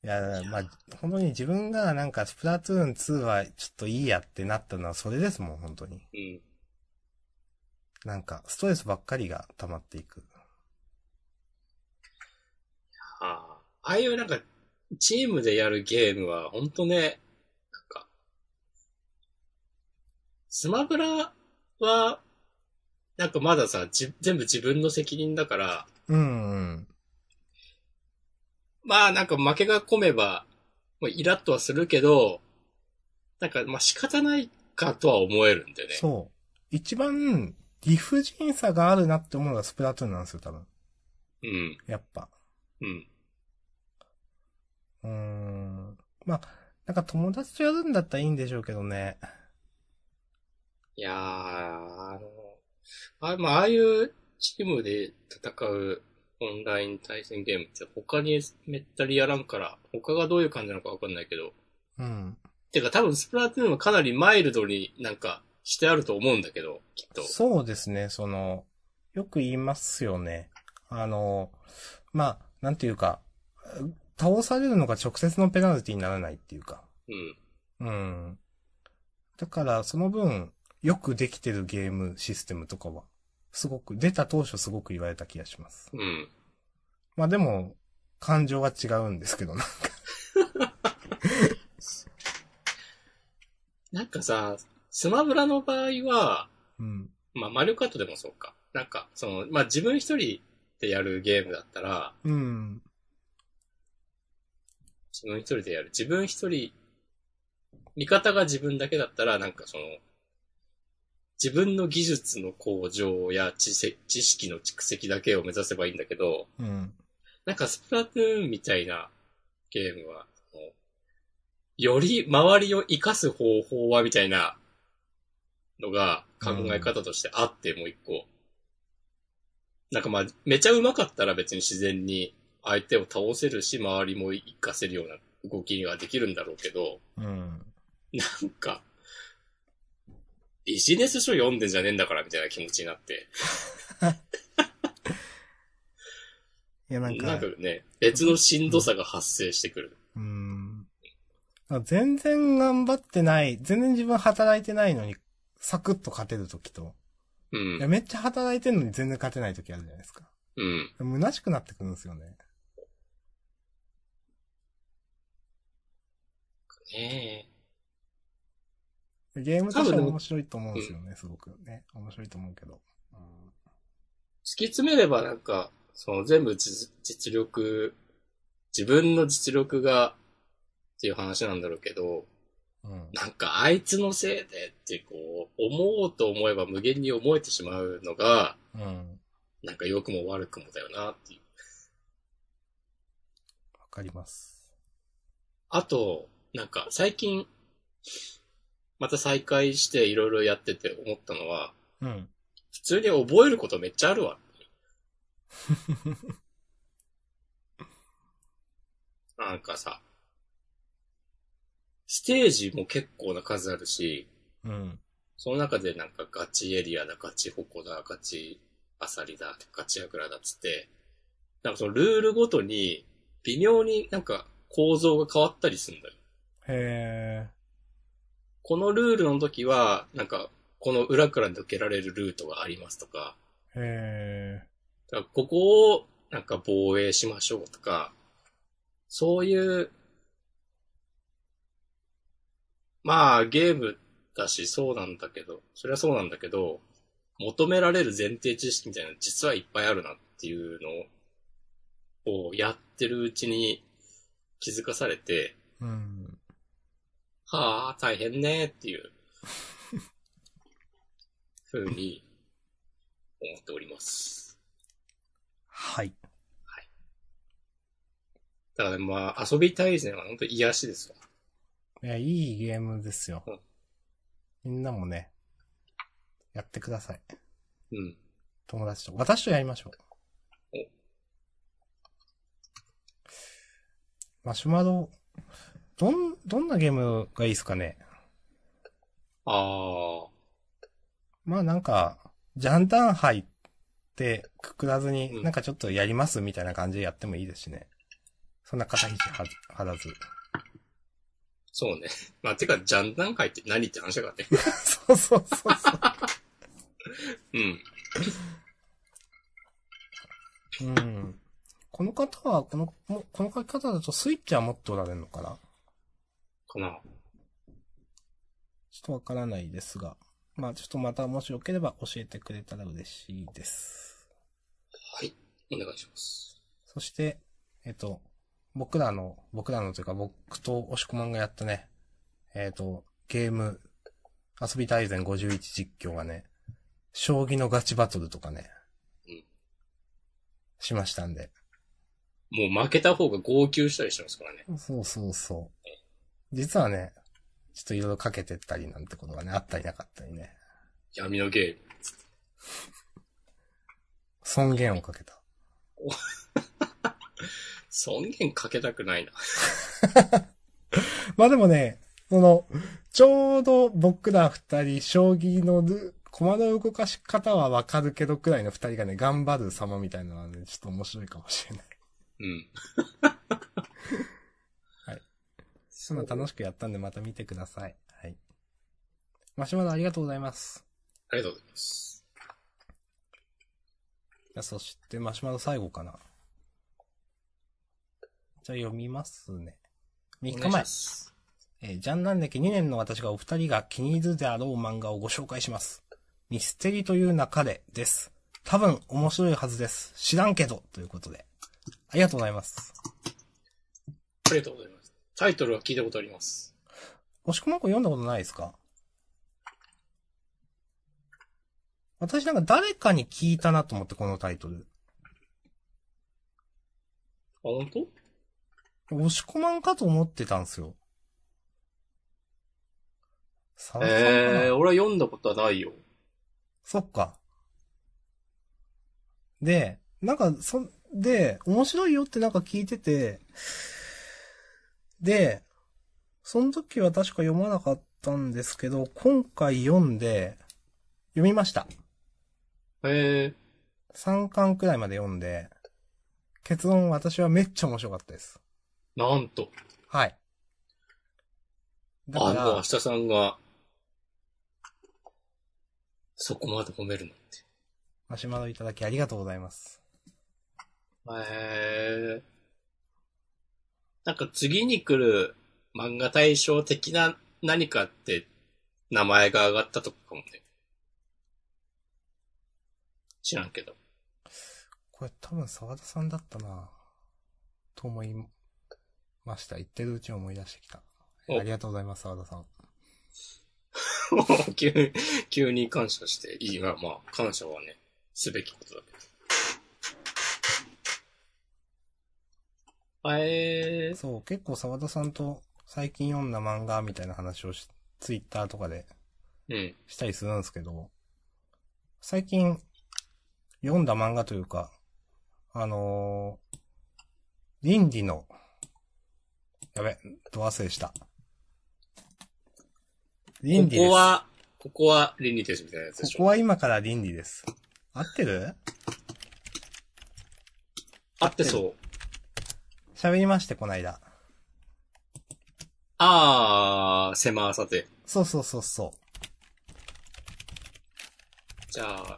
[SPEAKER 2] や、まあ、本当に自分がなんか、スプラトゥーン2はちょっといいやってなったのはそれですもん、本当に。
[SPEAKER 1] うん。
[SPEAKER 2] なんか、ストレスばっかりが溜まっていく。
[SPEAKER 1] ああ。ああいうなんか、チームでやるゲームは、ほんとね、なんか、スマブラは、なんかまださ、じ全部自分の責任だから、
[SPEAKER 2] うん、うん。
[SPEAKER 1] まあなんか負けが込めば、まあ、イラッとはするけど、なんかまあ仕方ないかとは思えるんでね。
[SPEAKER 2] そう。一番、理不尽さがあるなって思うのがスプラトゥーンなんですよ、多分。
[SPEAKER 1] うん。
[SPEAKER 2] やっぱ。
[SPEAKER 1] うん。
[SPEAKER 2] うーん。まあ、なんか友達とやるんだったらいいんでしょうけどね。
[SPEAKER 1] いやー、あの、あまあ、ああいうチームで戦うオンライン対戦ゲームって他にめったりやらんから、他がどういう感じなのかわかんないけど。
[SPEAKER 2] うん。
[SPEAKER 1] てか多分スプラトゥーンはかなりマイルドになんかしてあると思うんだけど、きっと。
[SPEAKER 2] そうですね、その、よく言いますよね。あの、まあ、なんていうか、倒されるのが直接のペナルティにならないっていうか。
[SPEAKER 1] うん。
[SPEAKER 2] うん。だから、その分、よくできてるゲームシステムとかは、すごく、出た当初すごく言われた気がします。
[SPEAKER 1] うん。
[SPEAKER 2] まあでも、感情は違うんですけどな。
[SPEAKER 1] なんかさ、スマブラの場合は、
[SPEAKER 2] うん。
[SPEAKER 1] まあ、マリオカートでもそうか。なんか、その、まあ、自分一人でやるゲームだったら、
[SPEAKER 2] うん。
[SPEAKER 1] 自分一人でやる。自分一人、味方が自分だけだったら、なんかその、自分の技術の向上や知識知識の蓄積だけを目指せばいいんだけど、
[SPEAKER 2] うん。
[SPEAKER 1] なんかスプラトゥーンみたいなゲームは、そのより周りを活かす方法はみたいなのが考え方としてあって、もう一個。なんかまあ、めちゃ上手かったら別に自然に相手を倒せるし、周りも活かせるような動きができるんだろうけど、
[SPEAKER 2] うん。
[SPEAKER 1] なんか、ビジネス書読んでんじゃねえんだからみたいな気持ちになって。
[SPEAKER 2] いや、
[SPEAKER 1] な
[SPEAKER 2] なんん
[SPEAKER 1] か
[SPEAKER 2] か、
[SPEAKER 1] ね、別のしんどさが発生してくる。
[SPEAKER 2] うん。あ全然頑張ってない、全然自分働いてないのに、サクッと勝てるときと、
[SPEAKER 1] う
[SPEAKER 2] いや、
[SPEAKER 1] ん。
[SPEAKER 2] めっちゃ働いてるのに全然勝てないときあるじゃないですか。
[SPEAKER 1] うん。
[SPEAKER 2] 虚しくなってくるんですよね。
[SPEAKER 1] ね
[SPEAKER 2] ゲームとしては面白いと思うんですよね、すごくね。面白いと思うけど。
[SPEAKER 1] 突き詰めればなんか、その全部実実力、自分の実力がっていう話なんだろうけど、
[SPEAKER 2] うん。
[SPEAKER 1] なんかあいつのせいでってこう、思おうと思えば無限に思えてしまうのが、
[SPEAKER 2] うん。
[SPEAKER 1] なんか良くも悪くもだよなっていう。
[SPEAKER 2] わかります。
[SPEAKER 1] あと、なんか最近、また再開していろいろやってて思ったのは、
[SPEAKER 2] うん。
[SPEAKER 1] 普通に覚えることめっちゃあるわ。なんかさ、ステージも結構な数あるし、
[SPEAKER 2] うん。
[SPEAKER 1] その中でなんかガチエリアだ、ガチホコだ、ガチアサリだ、ガチアグラだっつって、なんかそのルールごとに微妙になんか構造が変わったりするんだよ。
[SPEAKER 2] へ
[SPEAKER 1] このルールの時は、なんかこの裏から抜けられるルートがありますとか、
[SPEAKER 2] ー。へ
[SPEAKER 1] だからここをなんか防衛しましょうとか、そういう、まあゲームだしそうなんだけど、それはそうなんだけど、求められる前提知識みたいなの実はいっぱいあるなっていうのをやってるうちに気づかされて、
[SPEAKER 2] ー。うん。
[SPEAKER 1] はあ、大変ねっていう、ふうに思っております。
[SPEAKER 2] はい。
[SPEAKER 1] だからねまあ、遊び大全は本当に癒しですわ。
[SPEAKER 2] いや、いいゲームですよ
[SPEAKER 1] うん。
[SPEAKER 2] みんなもね、やってください。
[SPEAKER 1] うん。
[SPEAKER 2] 友達と。私とやりましょう
[SPEAKER 1] お。
[SPEAKER 2] マシュマロ、どん、どんなゲームがいいですかね
[SPEAKER 1] あ
[SPEAKER 2] まあなんか、ジャンダンハイってくくらずに、
[SPEAKER 1] うん
[SPEAKER 2] なんかちょっとやりますみたいな感じでやってもいいですしね。そんな肩肘は張 らず。
[SPEAKER 1] そうね。 まあ、てか、ジャンダン会って何って話だからね。
[SPEAKER 2] そうそうそうそ
[SPEAKER 1] うん。
[SPEAKER 2] う。うん。この方は、この、もこの書き方だとスイッチは持っておられるのかな
[SPEAKER 1] かな。
[SPEAKER 2] ちょっとわからないですが。まあちょっとまたもしよければ教えてくれたら嬉しいです。
[SPEAKER 1] はい。お願いします。
[SPEAKER 2] そして、えっと、僕らの、僕らのというか僕と押し込まんがやったね、えっと、ゲーム、遊び大全51実況がね、将棋のガチバトルとかね、
[SPEAKER 1] うん
[SPEAKER 2] しましたんで。
[SPEAKER 1] もう負けた方が号泣したりしてますからね。
[SPEAKER 2] そうそうそう。実はね、ちょっといろいろかけてったりなんてことがね、あったりなかったりね。
[SPEAKER 1] 闇のゲーム。
[SPEAKER 2] 尊厳をかけた。
[SPEAKER 1] 尊厳かけたくないな。
[SPEAKER 2] まあでもね、その、ちょうど僕ら二人、将棋のル、駒の動かし方はわかるけどくらいの二人がね、頑張る様みたいなのはね、ちょっと面白いかもしれない。
[SPEAKER 1] うん。
[SPEAKER 2] はい。そんな楽しくやったんでまた見てください。はい。マシュマロありがとうございます。
[SPEAKER 1] ありがとうございます。
[SPEAKER 2] じゃあそしてマシュマロ最後かな。じゃあ読みますね。3日
[SPEAKER 1] お願いしま
[SPEAKER 2] 前。
[SPEAKER 1] す
[SPEAKER 2] えージャンダン歴2年の私がお二人が気に入るであろう漫画をご紹介します。ミステリという流れです。多分面白いはずです。知らんけどということで。ありがとうございます。
[SPEAKER 1] ありがとうございます。タイトルは聞いたことあります。
[SPEAKER 2] 押し込まんこ読んだことないですか私なんか誰かに聞いたなと思ってこのタイトル。
[SPEAKER 1] あ、本当
[SPEAKER 2] 押し込まんかと思ってたんですよ。沢田さんかな
[SPEAKER 1] ええー、俺は読んだことはないよ。
[SPEAKER 2] そっか。で、なんか、そ、で、面白いよってなんか聞いてて、で、その時は確か読まなかったんですけど、今回読んで、読みました。
[SPEAKER 1] ええ
[SPEAKER 2] 3巻くらいまで読んで、結論私はめっちゃ面白かったです。
[SPEAKER 1] ー、なんと。
[SPEAKER 2] はい。だ
[SPEAKER 1] あ
[SPEAKER 2] か
[SPEAKER 1] の、明
[SPEAKER 2] ら、
[SPEAKER 1] 日さんが、そこまで褒めるのって。
[SPEAKER 2] マシュマロいただきありがとうございます。
[SPEAKER 1] えー、なんか次に来る漫画大賞的な何かって名前が上がったとこかもね。知らんけど。
[SPEAKER 2] これ多分沢田さんだったなと思いました。言ってるうちに思い出してきた。
[SPEAKER 1] お
[SPEAKER 2] ありがとうございます、沢田さん。
[SPEAKER 1] 急に、急に感謝して、いいが、まあ、感謝はね、すべきことだけど。えー、
[SPEAKER 2] そう、結構沢田さんと最近読んだ漫画みたいな話をし、ツイッターとかで
[SPEAKER 1] うん、
[SPEAKER 2] したりするんですけど、最近読んだ漫画というか、あのー、倫理の、やべ、ド忘れした。倫理です。
[SPEAKER 1] ここは、ここは倫理ですみたいなやつで
[SPEAKER 2] こ
[SPEAKER 1] しょ。
[SPEAKER 2] こは今から倫理です。合ってる
[SPEAKER 1] あってそう。
[SPEAKER 2] 喋りまして、こないだ。
[SPEAKER 1] あー、狭さで。
[SPEAKER 2] そうそうそうそ
[SPEAKER 1] じゃあ、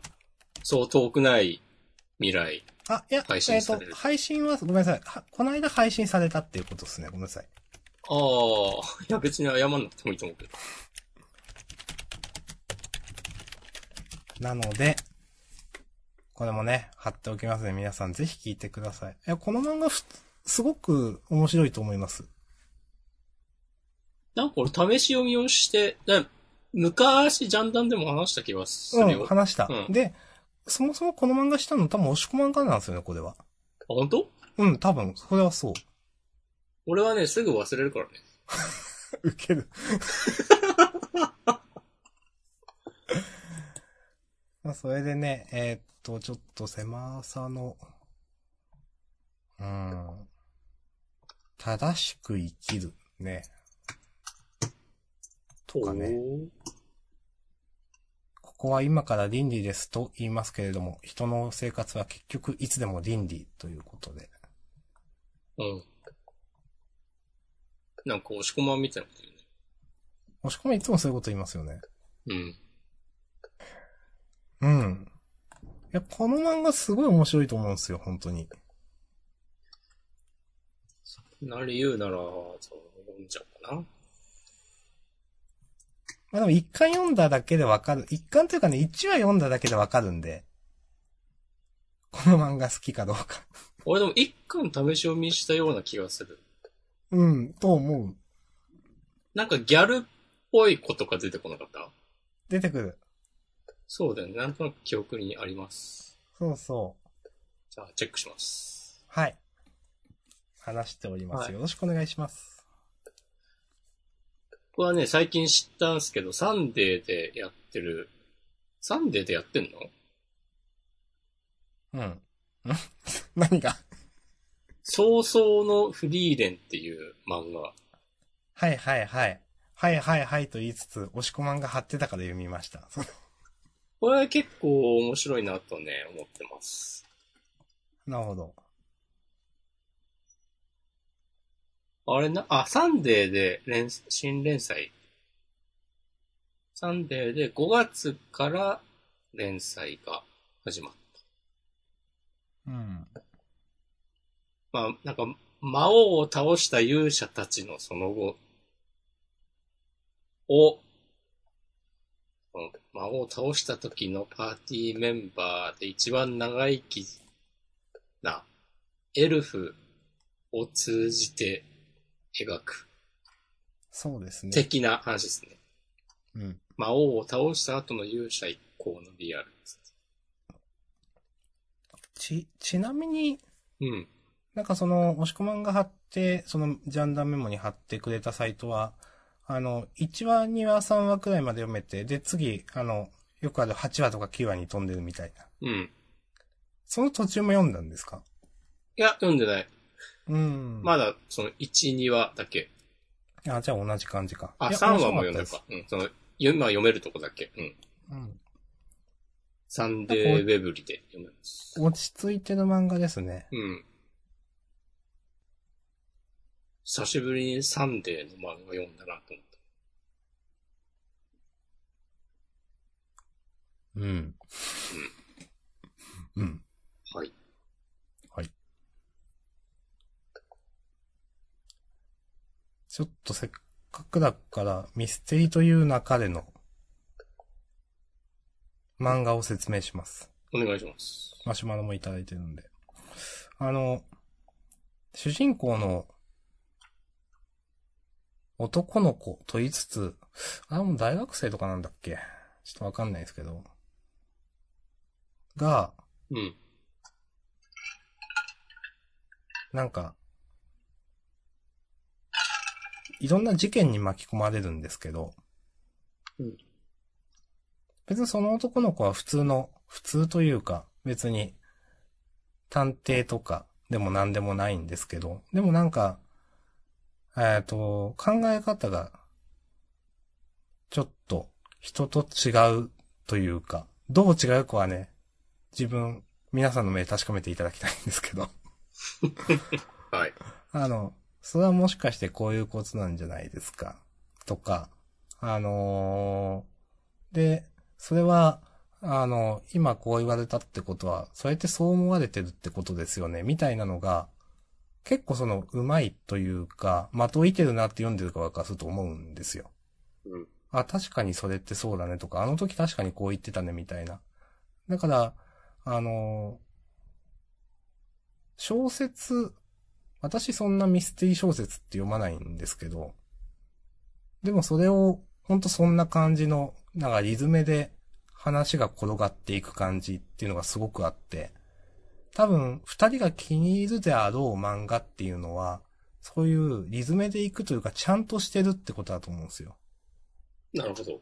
[SPEAKER 1] そう遠くない未来。
[SPEAKER 2] う。あ、いや、えっ、
[SPEAKER 1] 配信される
[SPEAKER 2] と、配信は、ごめんなさい。はこないだ配信されたっていうことですね。ごめんなさい。
[SPEAKER 1] ああ、いや別に謝んなくてもいいと思うけど。
[SPEAKER 2] なので、これもね、貼っておきますね。皆さんぜひ聞いてください。いや、この漫画ふ、すごく面白いと思います。
[SPEAKER 1] なんか俺試し読みをして、だ昔ジャンダンでも話した気がす
[SPEAKER 2] う
[SPEAKER 1] るよ。
[SPEAKER 2] ん、
[SPEAKER 1] あ、
[SPEAKER 2] 話した、
[SPEAKER 1] うん
[SPEAKER 2] で、そもそもこの漫画したの多分押し込まんからなんですよね、これは。
[SPEAKER 1] 本当
[SPEAKER 2] うん、多分、これはそう。
[SPEAKER 1] 俺はね、すぐ忘れるからね。
[SPEAKER 2] ウケる。 まあそれでね、えーっと、ちょっと狭さの、うん、正しく生きるね。とかね。
[SPEAKER 1] おー
[SPEAKER 2] ここは今から倫理ですと言いますけれども、人の生活は結局いつでも倫理ということで。
[SPEAKER 1] うん。なんか押し込まんみたいなこと言
[SPEAKER 2] 押し込みいつもそういうこと言いますよね。
[SPEAKER 1] うね。
[SPEAKER 2] うん。いや、この漫画すごい面白いと思うんですよ、本当に。
[SPEAKER 1] うん。なり言うなら、そう、読んじゃおうかな。
[SPEAKER 2] まあでも一巻読んだだけでわかる。一巻というかね、一話読んだだけでわかるんで。この漫画好きかどうか。
[SPEAKER 1] 俺でも一巻試し読みしたような気がする。
[SPEAKER 2] うん、と思う。
[SPEAKER 1] なんかギャルっぽい子とか出てこなかった
[SPEAKER 2] 出てくる。
[SPEAKER 1] そうだよね。なんとなく記憶にあります。
[SPEAKER 2] そうそう。
[SPEAKER 1] じゃあ、チェックします。
[SPEAKER 2] はい。話しております。
[SPEAKER 1] はい
[SPEAKER 2] よろしくお願いします。
[SPEAKER 1] これはね、最近知ったんすけど、サンデーでやってる、サンデーでやってんの
[SPEAKER 2] うん。 ん何が
[SPEAKER 1] 早々のフリーレンっていう漫画。
[SPEAKER 2] はいはいはい。はいはいはいと言いつつ、押し込まんが貼ってたから読みました。 そう
[SPEAKER 1] これは結構面白いなとね、思ってます。
[SPEAKER 2] なるほど。
[SPEAKER 1] あれな、あ、サンデーで連、新連載。サンデーで5月から連載が始まっ
[SPEAKER 2] うん。
[SPEAKER 1] た。まあ、なんか、魔王を倒した勇者たちのその後を、うん魔王を倒した時のパーティーメンバーで一番長生きなエルフを通じて描く
[SPEAKER 2] そうですね。
[SPEAKER 1] 的な話ですね。
[SPEAKER 2] うん。
[SPEAKER 1] 魔王を倒した後の勇者一行のリアルです。
[SPEAKER 2] ち、ちなみに、
[SPEAKER 1] うん。
[SPEAKER 2] なんかその、押し込まんが貼って、そのジャンダーメモに貼ってくれたサイトは、あの、1話、2話、3話くらいまで読めて、で、次、あの、よくある8話とか9話に飛んでるみたいな。
[SPEAKER 1] うん。
[SPEAKER 2] その途中も読んだんですか
[SPEAKER 1] いや、読んでない。
[SPEAKER 2] うん。
[SPEAKER 1] まだ、その、1、2話だけ。
[SPEAKER 2] あ、じゃあ同じ感じか。
[SPEAKER 1] あ、
[SPEAKER 2] いや
[SPEAKER 1] 3話も読んだ。
[SPEAKER 2] 面白
[SPEAKER 1] か
[SPEAKER 2] っ。
[SPEAKER 1] うん。その、読今読めるとこだけ。うん。
[SPEAKER 2] たです
[SPEAKER 1] サンデーウェブリで読めます
[SPEAKER 2] う。ん。落ち着いてる漫画ですね。
[SPEAKER 1] うん。久しぶりにサンデーの漫画読んだなと思った。
[SPEAKER 2] うん。うん。
[SPEAKER 1] はい。
[SPEAKER 2] ちょっとせっかくだから、ミステリという中での漫画を説明します。
[SPEAKER 1] お願いします。
[SPEAKER 2] マシュマロもいただいてるんで。あの、主人公の男の子と言いつつ、あれも大学生とかなんだっけちょっとわかんないですけど。が、
[SPEAKER 1] うん。
[SPEAKER 2] なんか、いろんな事件に巻き込まれるんですけど、
[SPEAKER 1] うん
[SPEAKER 2] 別にその男の子は普通の、普通というか、別に、探偵とかでも何でもないんですけど、でもなんか、えっ、と、考え方が、ちょっと、人と違うというか、どう違うかはね、自分、皆さんの目で確かめていただきたいんですけど。
[SPEAKER 1] はい。
[SPEAKER 2] あの、それはもしかしてこういうことなんじゃないですか。とか、あのーで、それは、あの、今こう言われたってことは、それってそう思われてるってことですよね、みたいなのが、結構その、うまいというか、的を射てるなって読んでる側からすると思うんですよ。
[SPEAKER 1] うん。
[SPEAKER 2] あ、確かにそれってそうだねとか、あの時確かにこう言ってたねみたいな。だから、あのー小説、私そんなミステリー小説って読まないんですけど、でもそれを、ほんとそんな感じの、なんかリズムで話が転がっていく感じっていうのがすごくあって、多分、二人が気に入るであろう漫画っていうのは、そういうリズムでいくというか、ちゃんとしてるってことだと思うんですよ。
[SPEAKER 1] なるほど。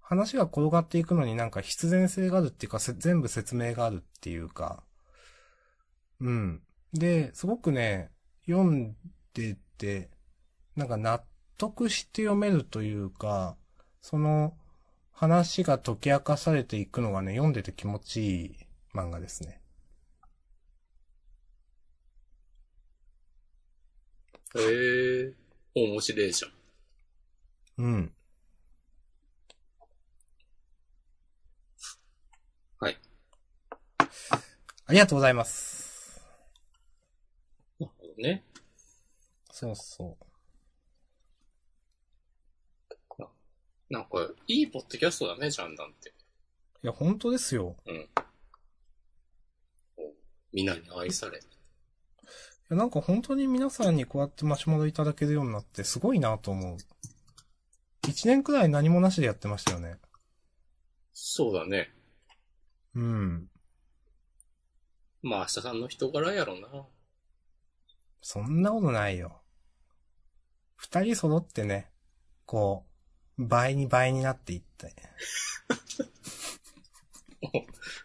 [SPEAKER 2] 話が転がっていくのになんか必然性があるっていうか、せ全部説明があるっていうか、うん。で、すごくね、読んでて、なんか納得して読めるというか、その話が解き明かされていくのがね、読んでて気持ちいい漫画ですね。
[SPEAKER 1] へえ。面白いじゃん。
[SPEAKER 2] うん。
[SPEAKER 1] はい。
[SPEAKER 2] ありがとうございます。
[SPEAKER 1] なるほどね。
[SPEAKER 2] そうそう。
[SPEAKER 1] なんか、いいポッドキャストだね、ジャンダンって。
[SPEAKER 2] いや、本当ですよ。
[SPEAKER 1] みんなに愛され。
[SPEAKER 2] いや、なんか本当に皆さんにこうやってマシュマロいただけるようになってすごいなと思う。一年くらい何もなしでやってましたよね。
[SPEAKER 1] そうだね。
[SPEAKER 2] うん。
[SPEAKER 1] まあ、明日さんの人柄やろな。
[SPEAKER 2] そんなことないよ。二人揃ってね、こう、倍に倍になっていって。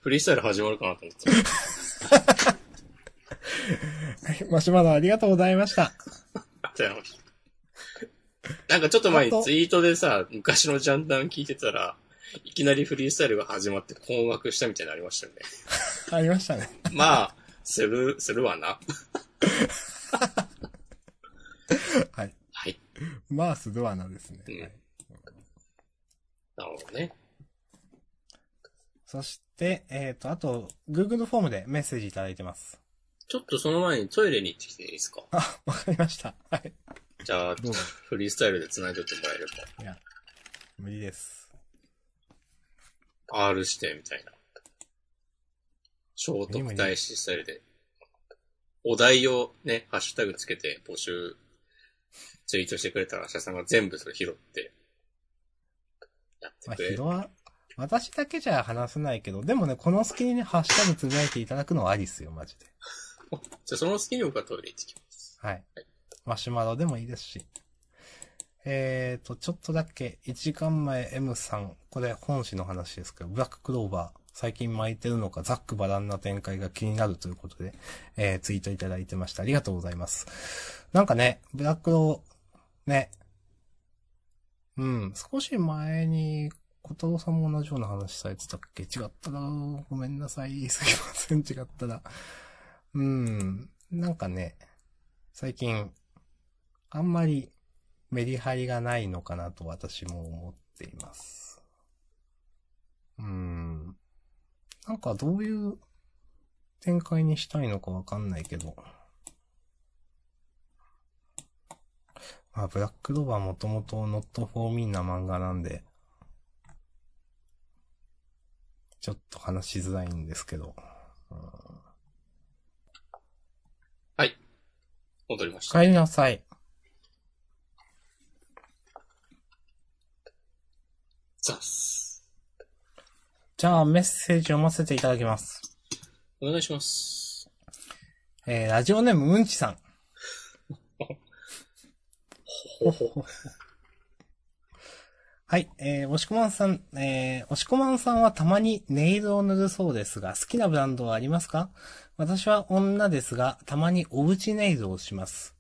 [SPEAKER 1] フリースタイル始まるかなと思って
[SPEAKER 2] はいマシュマロありがとうございました。
[SPEAKER 1] た。 なんかちょっと前にツイートでさ、昔のジャンダン聞いてたら、いきなりフリースタイルが始まって困惑したみたいになのありましたよね。
[SPEAKER 2] ありましたね。
[SPEAKER 1] まあ、する、するわな。
[SPEAKER 2] はい。
[SPEAKER 1] はい。
[SPEAKER 2] まあ、すドアナですね。
[SPEAKER 1] うん
[SPEAKER 2] はい
[SPEAKER 1] なるほどね。
[SPEAKER 2] そして、えっ、と、あと、Google フォームでメッセージいただいてます。
[SPEAKER 1] ちょっとその前にトイレに行ってきていいですか
[SPEAKER 2] あ、わかりました。はい。
[SPEAKER 1] じゃあ、
[SPEAKER 2] どうぞ。
[SPEAKER 1] フリースタイルで繋いでおいてもらえれ
[SPEAKER 2] いや、無理です。
[SPEAKER 1] ば、R してみたいな。聖徳太子スタイルで。お題をね、ハッシュタグつけて募集、ツイートしてくれたら、社さんが全部それ拾って、やって
[SPEAKER 2] まあ、
[SPEAKER 1] くれ
[SPEAKER 2] ひ
[SPEAKER 1] る。
[SPEAKER 2] どは、私だけじゃ話せないけど、でもね、この隙にね、ハッシュタグつぶやいていただくのはありっすよ、マジで。
[SPEAKER 1] じゃあ、その隙に僕はトイレ行ってきます。
[SPEAKER 2] はい。マシュマロでもいいですし。えーと、ちょっとだけ、1時間前 M さん、これ本誌の話ですけど、ブラッククローバー、最近巻いてるのか、ざっくばらんな展開が気になるということで、えー、ツイートいただいてました。ありがとうございます。なんかね、ブラックロー、ね、うん、少し前に、小太郎さんも同じような話されてたっけ違ったら、ごめんなさい。すいません、違ったら。うん、なんかね、最近、あんまりメリハリがないのかなと私も思っています。うーん。なんかどういう展開にしたいのかわかんないけど。まあ、ブラックローバーもともとノットフォーミーな漫画なんで、ちょっと話しづらいんですけど。
[SPEAKER 1] 戻りました。
[SPEAKER 2] 帰りなさい。
[SPEAKER 1] ザッス。
[SPEAKER 2] じゃあメッセージ読ませていただきます。
[SPEAKER 1] お願いします。
[SPEAKER 2] えー、ラジオネームうんちさん。
[SPEAKER 1] ほほほ。
[SPEAKER 2] はい、えー、押しこまんさん、えー、押しこまんさんはたまにネイルを塗るそうですが、好きなブランドはありますか私は女ですが、たまにおうちネイルをします。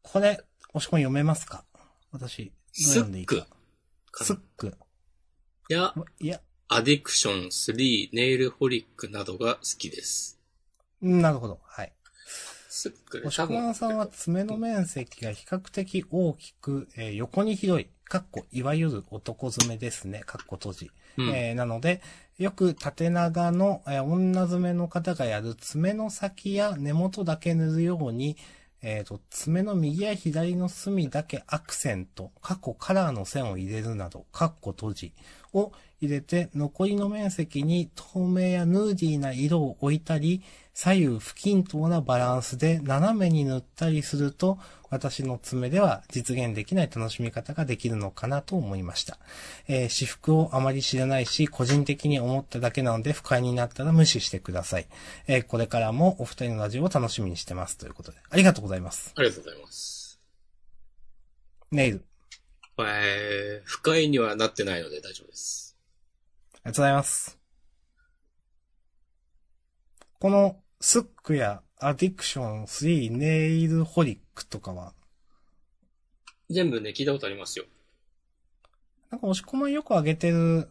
[SPEAKER 2] これ、押しこまん読めますか私、どう
[SPEAKER 1] ス
[SPEAKER 2] 読んで
[SPEAKER 1] ッ
[SPEAKER 2] いいか
[SPEAKER 1] ク。。
[SPEAKER 2] スック。
[SPEAKER 1] いや、
[SPEAKER 2] いや、
[SPEAKER 1] アディクション3、ネイルホリックなどが好きです。
[SPEAKER 2] なるほど。はい。
[SPEAKER 1] スックで
[SPEAKER 2] 押しこまんさんは爪の面積が比較的大きく、えー横に広い、かっこ、いわゆる男爪ですね、かっこ閉じ。
[SPEAKER 1] うん、
[SPEAKER 2] えーなので、よく縦長の、えー女爪の方がやる爪の先や根元だけ塗るように、えーと、爪の右や左の隅だけアクセント、過去カラーの線を入れるなど、カッコ閉じを入れて、残りの面積に透明やヌーディーな色を置いたり、左右不均等なバランスで斜めに塗ったりすると、私の爪では実現できない楽しみ方ができるのかなと思いました。えー私服をあまり知らないし、個人的に思っただけなので、不快になったら無視してください。えーこれからもお二人のラジオを楽しみにしてます。ということで。ありがとうございます。
[SPEAKER 1] ありがとうございます。
[SPEAKER 2] ネイル。
[SPEAKER 1] えー、不快にはなってないので大丈夫です。
[SPEAKER 2] ありがとうございます。この、スックやアディクション3ネイルホリックとかは、
[SPEAKER 1] 全部ね、聞いたことありますよ。
[SPEAKER 2] なんか押し込まんよく上げてる、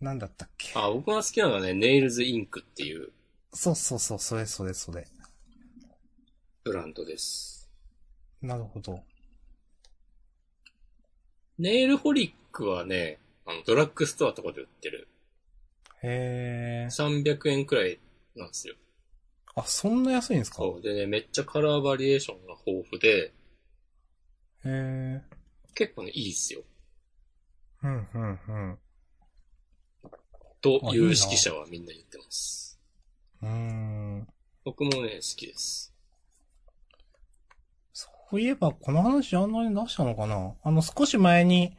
[SPEAKER 2] なんだったっけ
[SPEAKER 1] あ、僕が好きなのはね、ネイルズインクっていう
[SPEAKER 2] そうそうそう、それそれそれ。
[SPEAKER 1] ブランドです。
[SPEAKER 2] なるほど。
[SPEAKER 1] ネイルホリックはね、あの、ドラッグストアとかで売ってる。
[SPEAKER 2] へー。
[SPEAKER 1] 300円くらいなんですよ。
[SPEAKER 2] あ、そんな安いんですか
[SPEAKER 1] そう。でね、めっちゃカラーバリエーションが豊富で、
[SPEAKER 2] へー。
[SPEAKER 1] 結構ね、いいですよ。
[SPEAKER 2] うん、うん、うん。
[SPEAKER 1] と
[SPEAKER 2] あい
[SPEAKER 1] い
[SPEAKER 2] いな
[SPEAKER 1] う識者はみんな言ってます。
[SPEAKER 2] うーん。
[SPEAKER 1] 僕もね、好きです。
[SPEAKER 2] そういえば、この話あんなに出したのかなあの、少し前に、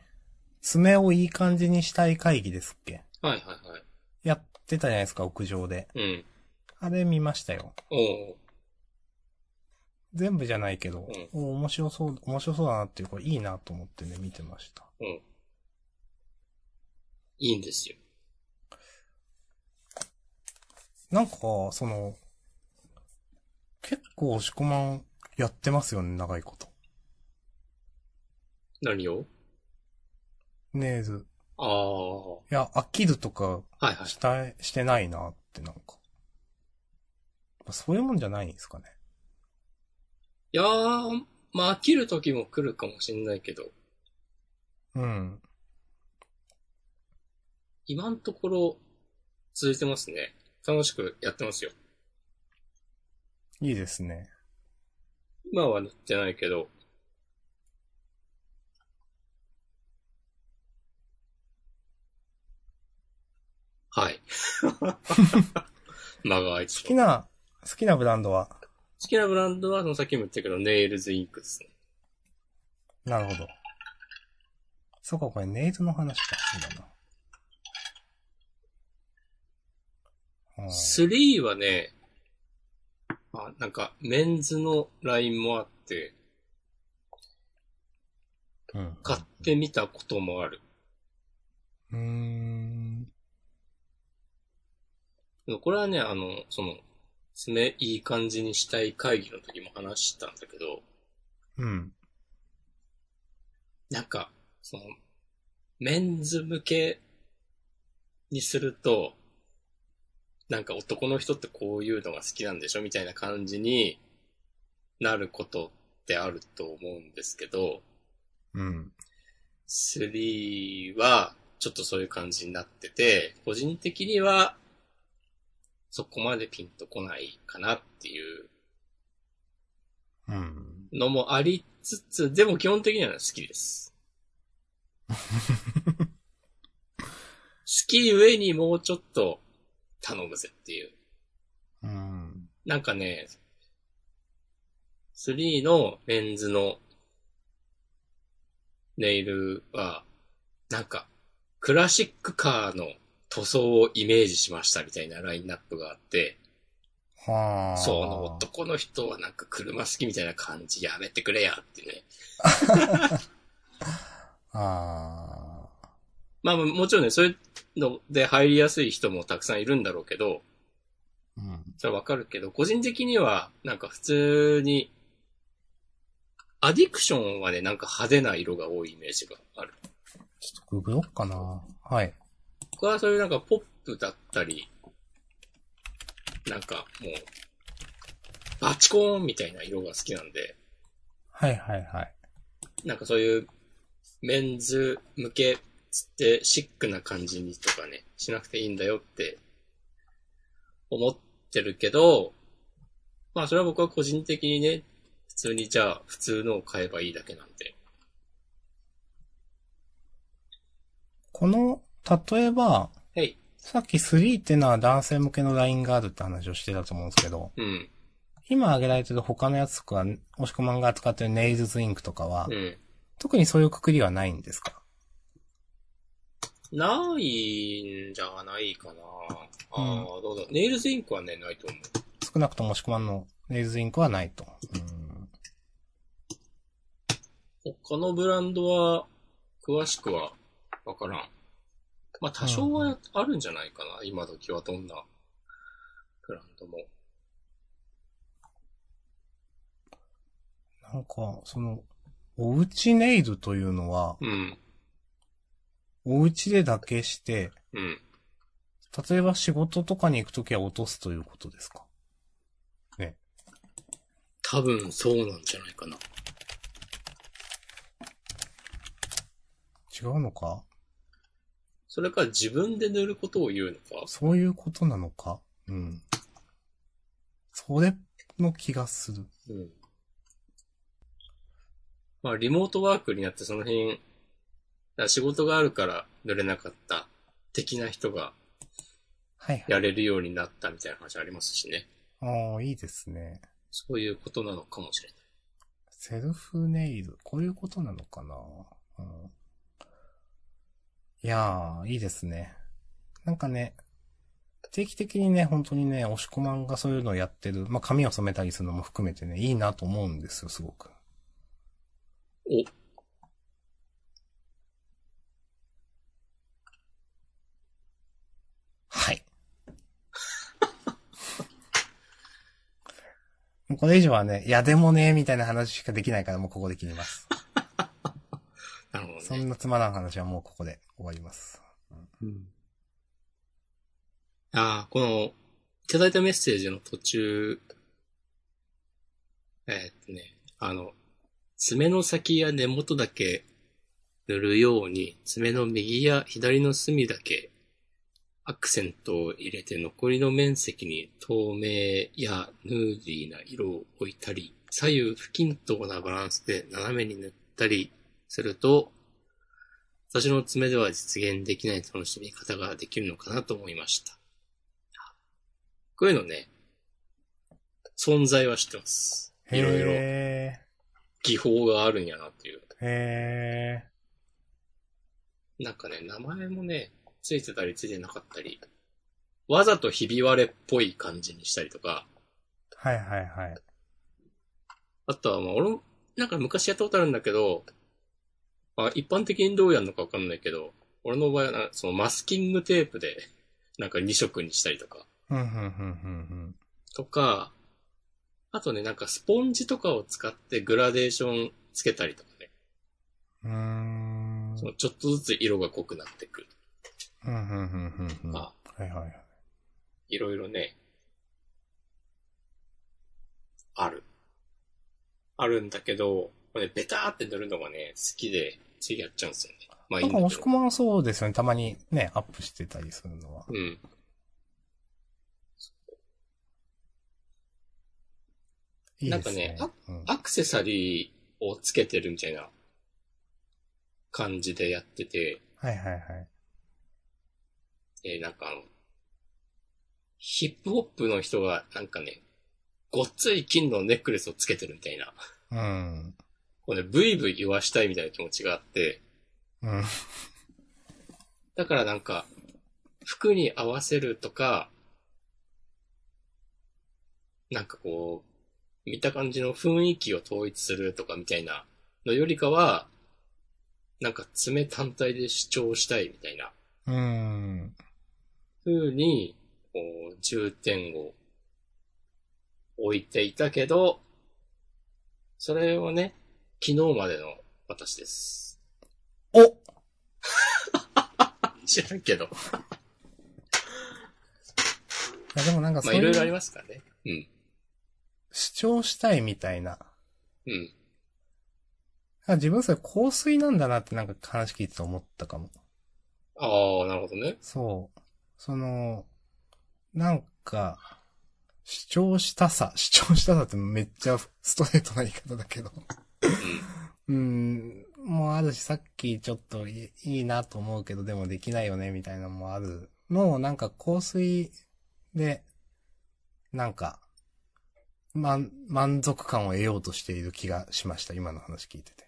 [SPEAKER 2] 爪をいい感じにしたい会議ですっけ
[SPEAKER 1] はいはいはい。
[SPEAKER 2] やってたじゃないですか、屋上で。
[SPEAKER 1] うん。
[SPEAKER 2] あれ見ましたよ。
[SPEAKER 1] おう
[SPEAKER 2] 全部じゃないけど、お面白そう、面白そうだなっていうか、いいなと思ってね、見てました。
[SPEAKER 1] おう、うん。いいんですよ。
[SPEAKER 2] なんか、その、結構押し込まんやってますよね、長いこと。
[SPEAKER 1] 何を
[SPEAKER 2] ネイズ。
[SPEAKER 1] ああ、はい
[SPEAKER 2] や、飽きるとか
[SPEAKER 1] いはい。
[SPEAKER 2] したい、してないなってなんか。やっぱそういうもんじゃないんですかね。
[SPEAKER 1] いやー、まあ飽きる時も来るかもしんないけど、
[SPEAKER 2] うん。
[SPEAKER 1] 今のところ続いてますね。楽しくやってますよ。
[SPEAKER 2] いいですね。
[SPEAKER 1] 今は塗ってないけど、 はい。間が空いて
[SPEAKER 2] 好
[SPEAKER 1] た
[SPEAKER 2] きな、好きなブランドは、
[SPEAKER 1] 好きなブランドは、そのさっきも言ったけど、ネイルズインクですね。
[SPEAKER 2] なるほど。そうか、これネイズの話か。そうだな。うん
[SPEAKER 1] 3はね、あ、なんか、メンズのラインもあって、
[SPEAKER 2] うん。
[SPEAKER 1] 買ってみたこともある。
[SPEAKER 2] うーん。
[SPEAKER 1] これはね、あの、その、爪いい感じにしたい会議の時も話したんだけど、
[SPEAKER 2] うん。
[SPEAKER 1] なんか、その、メンズ向けにすると、なんか男の人ってこういうのが好きなんでしょみたいな感じになることってあると思うんですけど、
[SPEAKER 2] うん。
[SPEAKER 1] 3はちょっとそういう感じになってて、個人的にはそこまでピンとこないかなっていう
[SPEAKER 2] うん。
[SPEAKER 1] のもありつつ、でも基本的には好きです。好き上にもうちょっと頼むぜっていう。
[SPEAKER 2] うん。
[SPEAKER 1] なんかね、3のメンズのネイルは、なんか、クラシックカーの塗装をイメージしましたみたいなラインナップがあって、
[SPEAKER 2] はあ。
[SPEAKER 1] その男の人はなんか車好きみたいな感じやめてくれやってね。
[SPEAKER 2] ああ。
[SPEAKER 1] まあまあもちろんね、そういうので入りやすい人もたくさんいるんだろうけど、
[SPEAKER 2] うん。
[SPEAKER 1] それはわかるけど、個人的にはなんか普通に、アディクションはね、なんか派手な色が多いイメージがある。
[SPEAKER 2] ちょっとググろっかな。はい。
[SPEAKER 1] 僕はそういうなんかポップだったり、なんかもう、バチコーンみたいな色が好きなんで、
[SPEAKER 2] はいはいはい。
[SPEAKER 1] なんかそういうメンズ向けつってシックな感じにとかね、しなくていいんだよって思ってるけど、まあそれは僕は個人的にね、普通にじゃあ普通のを買えばいいだけなんで。
[SPEAKER 2] この、例えば、
[SPEAKER 1] はい。
[SPEAKER 2] さっき3ってのは男性向けのラインがあるって話をしてたと思うんですけど、
[SPEAKER 1] うん。
[SPEAKER 2] 今挙げられてる他のやつとか、押し込まんが使ってるネイルズインクとかは、
[SPEAKER 1] うん。
[SPEAKER 2] 特にそういうくくりはないんですか
[SPEAKER 1] ないんじゃないかな。ああ、どうだ。ネイルズインクはね、ないと思う。
[SPEAKER 2] 少なくとも押し込まんのネイルズインクはないと。うん
[SPEAKER 1] 他のブランドは、詳しくは、わからん。まあ、多少はあるんじゃないかな、今時はどんな、ブランドも。
[SPEAKER 2] なんか、その、おうちネイルというのは、
[SPEAKER 1] うん、
[SPEAKER 2] おうちでだけして、
[SPEAKER 1] うん。
[SPEAKER 2] 例えば仕事とかに行くときは落とすということですか
[SPEAKER 1] 多分そうなんじゃないかな。
[SPEAKER 2] 違うのか
[SPEAKER 1] それか自分で塗ることを言うのか
[SPEAKER 2] そういうことなのかうん。それの気がする。
[SPEAKER 1] うん。まあ、リモートワークになってその辺、仕事があるから塗れなかった的な人が
[SPEAKER 2] はいはい。
[SPEAKER 1] やれるようになったみたいな話ありますしね。
[SPEAKER 2] ああ、いいですね。
[SPEAKER 1] そういうことなのかもしれない。
[SPEAKER 2] セルフネイル、こういうことなのかな、うん、いやー、いいですね。なんかね、定期的にね、本当にね、押し込まんがそういうのをやってる、まあ、髪を染めたりするのも含めてね、いいなと思うんですよ、すごく。
[SPEAKER 1] お。
[SPEAKER 2] はい。もうこれ以上はね、いやでもね、みたいな話しかできないからもうここで切ります。
[SPEAKER 1] なるほ
[SPEAKER 2] そ
[SPEAKER 1] どね。
[SPEAKER 2] んなつまらん話はもうここで終わります。
[SPEAKER 1] ああ、この、いただいたメッセージの途中、えーっとね、あの、爪の先や根元だけ塗るように、爪の右や左の隅だけアクセントを入れて残りの面積に透明やヌーディーな色を置いたり、左右不均等なバランスで斜めに塗ったりすると、私の爪では実現できない楽しみ方ができるのかなと思いました。こういうのね、存在は知ってます。いろいろ
[SPEAKER 2] へ
[SPEAKER 1] 技法があるんやなっていう。
[SPEAKER 2] ー。へ
[SPEAKER 1] なんかね、名前もね、ついてたりついてなかったり、わざとひび割れっぽい感じにしたりとか、
[SPEAKER 2] ー。はいはいはい。
[SPEAKER 1] あとはまあ俺も、なんか昔やったことあるんだけど、まあ一般的にどうやるのかわかんないけど、俺の場合はな、そのマスキングテープで、なんか2色にしたりとか、
[SPEAKER 2] うん、うん、うん、うん、
[SPEAKER 1] とか、あとね、なんかスポンジとかを使ってグラデーションつけたりとかね、
[SPEAKER 2] うん。うーん。
[SPEAKER 1] そのちょっとずつ色が濃くなってくる
[SPEAKER 2] うん、うん、うん、うんう
[SPEAKER 1] と
[SPEAKER 2] ん。
[SPEAKER 1] か、
[SPEAKER 2] はいはいはい。
[SPEAKER 1] いろいろね、ある。あるんだけど、これね、ベターって塗るのがね、好きで、ついやっちゃうんですよね。まあい
[SPEAKER 2] ないん
[SPEAKER 1] ん
[SPEAKER 2] か、
[SPEAKER 1] だ
[SPEAKER 2] 押
[SPEAKER 1] け
[SPEAKER 2] し
[SPEAKER 1] ど
[SPEAKER 2] 込。まんはそうですよね。たまにね、アップしてたりするのは。
[SPEAKER 1] うん。
[SPEAKER 2] いいですね。
[SPEAKER 1] なん
[SPEAKER 2] うん
[SPEAKER 1] アクセサリーをつけてるみたいな感じでやってて、
[SPEAKER 2] はいはいはい。
[SPEAKER 1] えーなんかあの、ヒップホップの人がなんかね、ごっつい金のネックレスをつけてるみたいな、
[SPEAKER 2] うん。
[SPEAKER 1] こうね、ブイブイ言わしたいみたいな気持ちがあって、
[SPEAKER 2] うん。
[SPEAKER 1] だからなんか、服に合わせるとか、なんかこう、見た感じの雰囲気を統一するとかみたいなのよりかは、なんか爪単体で主張したいみたいな
[SPEAKER 2] うん。
[SPEAKER 1] 風に、こう、重点を置いていたけど、それをね、昨日までの私です。
[SPEAKER 2] お
[SPEAKER 1] 知らんけど。
[SPEAKER 2] いやでもなんか
[SPEAKER 1] ま
[SPEAKER 2] そ
[SPEAKER 1] あ
[SPEAKER 2] う
[SPEAKER 1] いろいろあ
[SPEAKER 2] い
[SPEAKER 1] り
[SPEAKER 2] う
[SPEAKER 1] ますからね。うん。
[SPEAKER 2] 主張したいみたいな。
[SPEAKER 1] うん。
[SPEAKER 2] なんか自分それ香水なんだなってなんか話聞いてて思ったかも。
[SPEAKER 1] ああ、なるほどね。
[SPEAKER 2] そう。その、なんか、主張したさ、主張したさってめっちゃストレートな言い方だけど。うん、もうあるし、さっきちょっといいいなと思うけど、でもできないよね、みたいなのもあるのを、なんか香水で、なんか、満、満足感を得ようとしている気がしました、今の話聞いてて。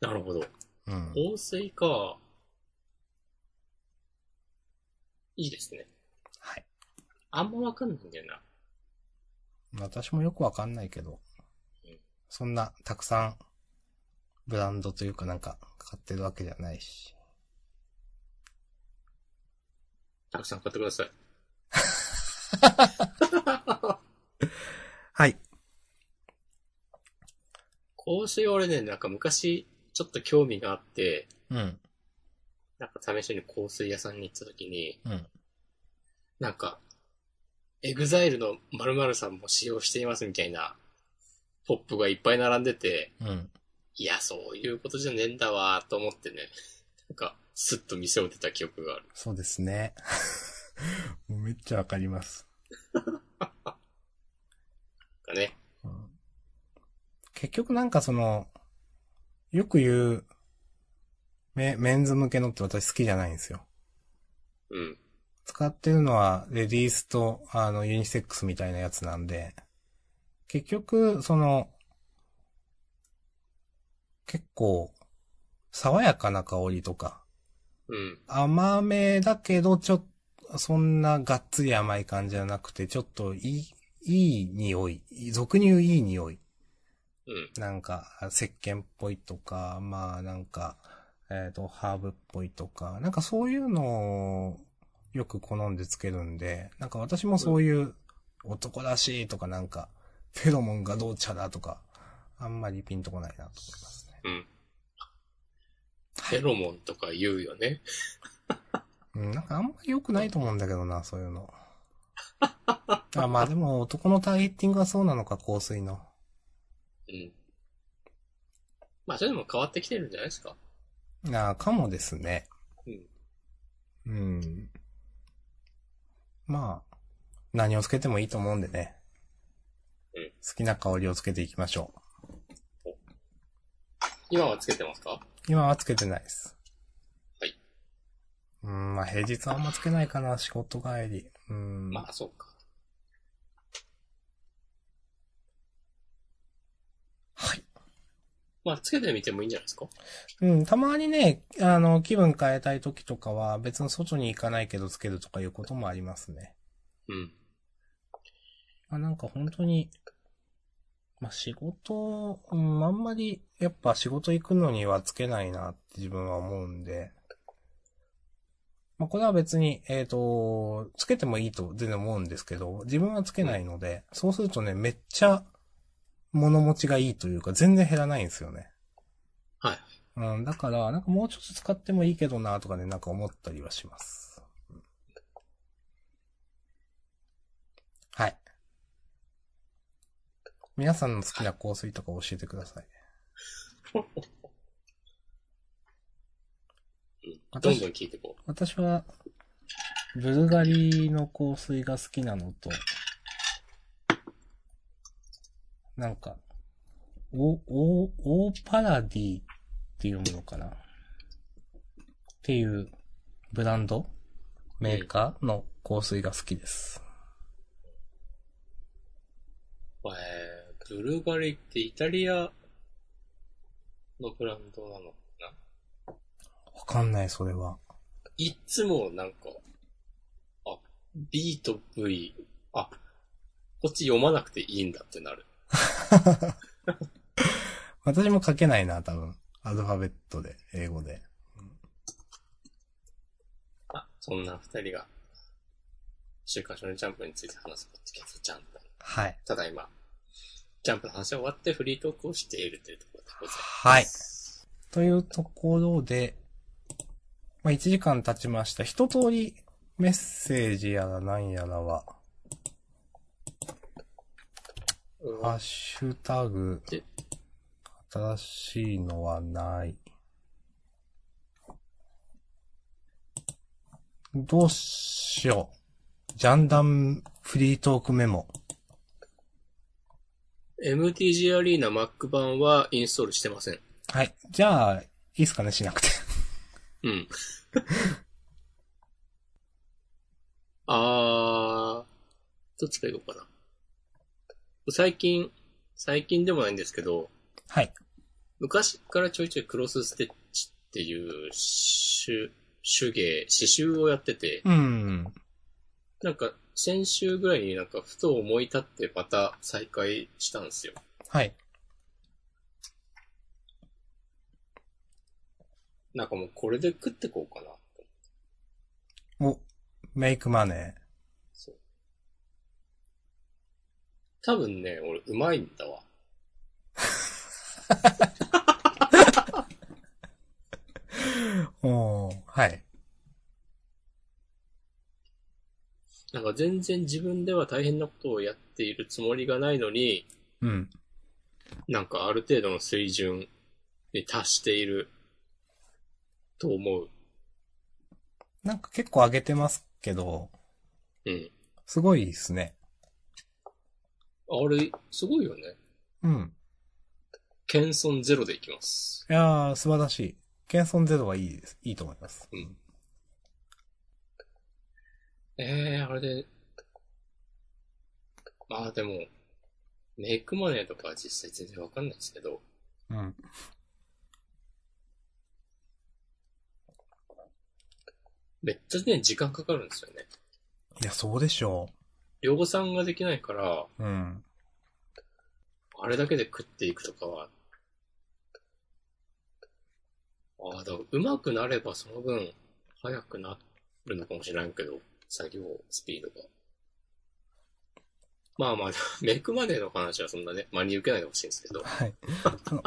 [SPEAKER 1] なるほど。
[SPEAKER 2] うん。
[SPEAKER 1] 香水か。いいですね。
[SPEAKER 2] はい。
[SPEAKER 1] あんまわかんないんだよな。
[SPEAKER 2] 私もよくわかんないけど。そんなたくさんブランドというかなんか買ってるわけではないし。
[SPEAKER 1] たくさん買ってください。
[SPEAKER 2] はい。
[SPEAKER 1] 香水俺ね、なんか昔、ちょっと興味があって、
[SPEAKER 2] うん。
[SPEAKER 1] なんか試しに香水屋さんに行った時に、
[SPEAKER 2] うん
[SPEAKER 1] なんか、エグザイルの〇〇さんも使用していますみたいな、ポップがいっぱい並んでて、
[SPEAKER 2] うん。
[SPEAKER 1] いや、そういうことじゃねえんだわーと思ってね、なんか、スッと店を出た記憶がある。
[SPEAKER 2] そうです ね。もうめっちゃわかります。
[SPEAKER 1] かね。
[SPEAKER 2] 結局なんかその、よく言う、メメンズ向けのって私好きじゃないんですよ。
[SPEAKER 1] うん。
[SPEAKER 2] 使ってるのはレディースとあのユニセックスみたいなやつなんで、結局その、結構爽やかな香りとか、
[SPEAKER 1] うん。
[SPEAKER 2] 甘めだけどちょっと、そんながっつり甘い感じじゃなくて、ちょっといい、いい匂い、俗に言ういい匂い
[SPEAKER 1] うん。
[SPEAKER 2] なんか、石鹸っぽいとか、まあなんか、えっ、と、ハーブっぽいとか、なんかそういうのをよく好んでつけるんで、なんか私もそういう男らしいとかなんか、フェロモンがどうちゃだとか、あんまりピンとこないなと思いますね。
[SPEAKER 1] フェロモンとか言うよね。
[SPEAKER 2] うん、なんかあんまり良くないと思うんだけどな、そういうの。あまあでも男のターゲッティングはそうなのか、香水の。
[SPEAKER 1] うん。まあ、それでも変わってきてるんじゃないですか。
[SPEAKER 2] ああ、かもですね。うん。まあ、何をつけてもいいと思うんでね。
[SPEAKER 1] うん
[SPEAKER 2] 好きな香りをつけていきましょう。
[SPEAKER 1] 今はつけてますか
[SPEAKER 2] 今はつけてないです。
[SPEAKER 1] はい。
[SPEAKER 2] うん、まあ平日はあんまつけないかな、仕事帰り。うん。
[SPEAKER 1] まあ、そうか。
[SPEAKER 2] はい。
[SPEAKER 1] まあ、つけてみてもいいんじゃないですか
[SPEAKER 2] うん、たまにね、あの、気分変えたい時とかは別に外に行かないけどつけるとかいうこともありますね。
[SPEAKER 1] うん。
[SPEAKER 2] まあ、なんか本当に、まあ、仕事、うん、あんまり、やっぱ仕事行くのにはつけないなって自分は思うんで、まあ、これは別に、えっ、と、つけてもいいと全然思うんですけど、自分はつけないので、そうするとね、めっちゃ物持ちがいいというか、全然減らないんですよね。
[SPEAKER 1] はい。
[SPEAKER 2] うん、だから、なんかもうちょっと使ってもいいけどなとかね、なんか思ったりはします。うんはい。皆さんの好きな香水とか教えてく ださい。
[SPEAKER 1] どんどん聞いていこう。
[SPEAKER 2] 私は、ブルガリの香水が好きなのと、なんか、オ、オ、オーパラディっていうものかなっていうブランドメーカーの香水が好きです。
[SPEAKER 1] えー、ブルガリってイタリアのブランドなのかな
[SPEAKER 2] わかんない、それは。
[SPEAKER 1] いっつもなんか、あ、B と V、あ、こっち読まなくていいんだってなる。
[SPEAKER 2] 私も書けないな、多分。アルファベットで、英語で。
[SPEAKER 1] あ、そんな二人が、週刊少年ジャンプについて話すポッドキャストジャンプ。
[SPEAKER 2] はい。
[SPEAKER 1] ただいま、ジャンプの話は終わってフリートークをしているというところでござい
[SPEAKER 2] は
[SPEAKER 1] ま
[SPEAKER 2] い。
[SPEAKER 1] す。
[SPEAKER 2] というところで、まあ、1時間経ちました。一通りメッセージやら何やらは、
[SPEAKER 1] うん
[SPEAKER 2] ハッシュタグ
[SPEAKER 1] え、
[SPEAKER 2] 新しいのはない。どうしよう。ジャンダンフリートークメモ。
[SPEAKER 1] MTG アリーナ Mac 版はインストールしてません。
[SPEAKER 2] はい。じゃあ、いいっすかね、しなくて。
[SPEAKER 1] うん。 あー、どっちからいこうかな。最近、最近でもないんですけど、
[SPEAKER 2] はい。
[SPEAKER 1] 昔からちょいちょいクロスステッチっていう手、手芸、刺繍をやってて、
[SPEAKER 2] うん。
[SPEAKER 1] なんか先週ぐらいになんかふと思い立ってまた再開したんですよ。
[SPEAKER 2] はい。
[SPEAKER 1] なんかもうこれで食ってこうかな。
[SPEAKER 2] お、メイクマネー。
[SPEAKER 1] そう。多分ね、俺、うまいんだわ。
[SPEAKER 2] おー、はい。
[SPEAKER 1] なんか全然自分では大変なことをやっているつもりがないのに、
[SPEAKER 2] うん。
[SPEAKER 1] なんかある程度の水準に達していると思う。
[SPEAKER 2] なんか結構上げてますけど、
[SPEAKER 1] うん。
[SPEAKER 2] すごいですね。
[SPEAKER 1] あれ、すごいよね。
[SPEAKER 2] うん。
[SPEAKER 1] 謙遜ゼロでいきます。
[SPEAKER 2] いやー、素晴らしい。謙遜ゼロはいいです。いいと思います。
[SPEAKER 1] うんええー、あれで。まあでも、メイクマネーとかは実際全然わかんないですけど、
[SPEAKER 2] うん。
[SPEAKER 1] めっちゃね、時間かかるんですよね。
[SPEAKER 2] いや、そうでしょ
[SPEAKER 1] 量産ができないから、
[SPEAKER 2] う。うん。
[SPEAKER 1] あれだけで食っていくとかは、ああ、だから上手くなればその分、早くなるのかもしれんけど、作業スピードが。まあまあ、 メイクマネーの話はそんなね、真に受けないでほしいんですけど。
[SPEAKER 2] はい。その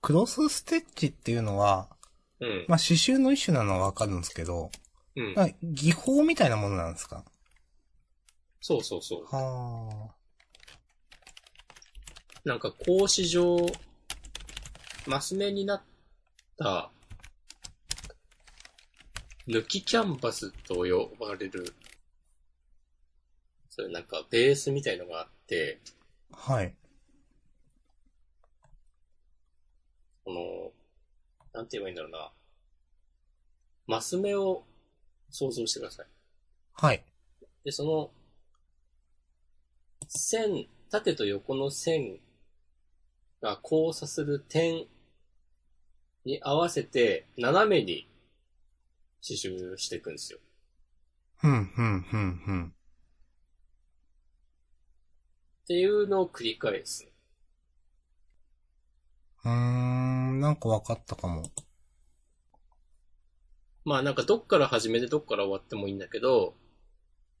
[SPEAKER 2] クロスステッチっていうのは、
[SPEAKER 1] うん。
[SPEAKER 2] まあ、刺繍の一種なのはわかるんですけど、
[SPEAKER 1] うん。
[SPEAKER 2] まあ、技法みたいなものなんですか
[SPEAKER 1] そうそうそう。
[SPEAKER 2] は
[SPEAKER 1] なんか格子状、マス目になった、抜きキャンバスと呼ばれる、そういうなんかベースみたいのがあって、
[SPEAKER 2] あ。はい。
[SPEAKER 1] この、なんて言えばいいんだろうな。マス目を想像してください。
[SPEAKER 2] はい。
[SPEAKER 1] で、その、線、縦と横の線が交差する点に合わせて、斜めに刺繍していくんですよ。
[SPEAKER 2] ふん、ふん、ふん、ふん。
[SPEAKER 1] っていうのを繰り返す。
[SPEAKER 2] うーん、なんかわかったかも。
[SPEAKER 1] まあなんかどっから始めてどっから終わってもいいんだけど、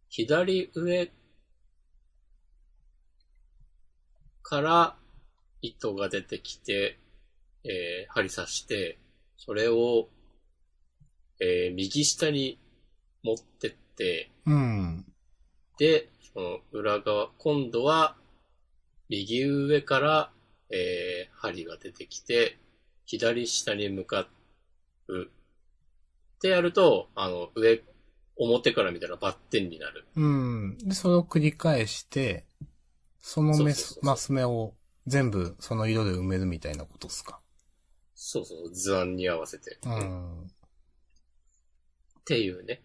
[SPEAKER 1] 左上から糸が出てきて、えー針刺して、それを、えー右下に持ってって、
[SPEAKER 2] うん。
[SPEAKER 1] で、その裏側、今度は、右上から、えー針が出てきて、左下に向かう。ってやると、あの、上、表から見たらバッテンになる。
[SPEAKER 2] うん。で、それを繰り返して、そのメ
[SPEAKER 1] そうそうそう
[SPEAKER 2] ス
[SPEAKER 1] そう
[SPEAKER 2] マス目を全部その色で埋めるみたいなことですか。
[SPEAKER 1] そうそう、図案に合わせて。
[SPEAKER 2] う
[SPEAKER 1] っ
[SPEAKER 2] ん。
[SPEAKER 1] ていうね。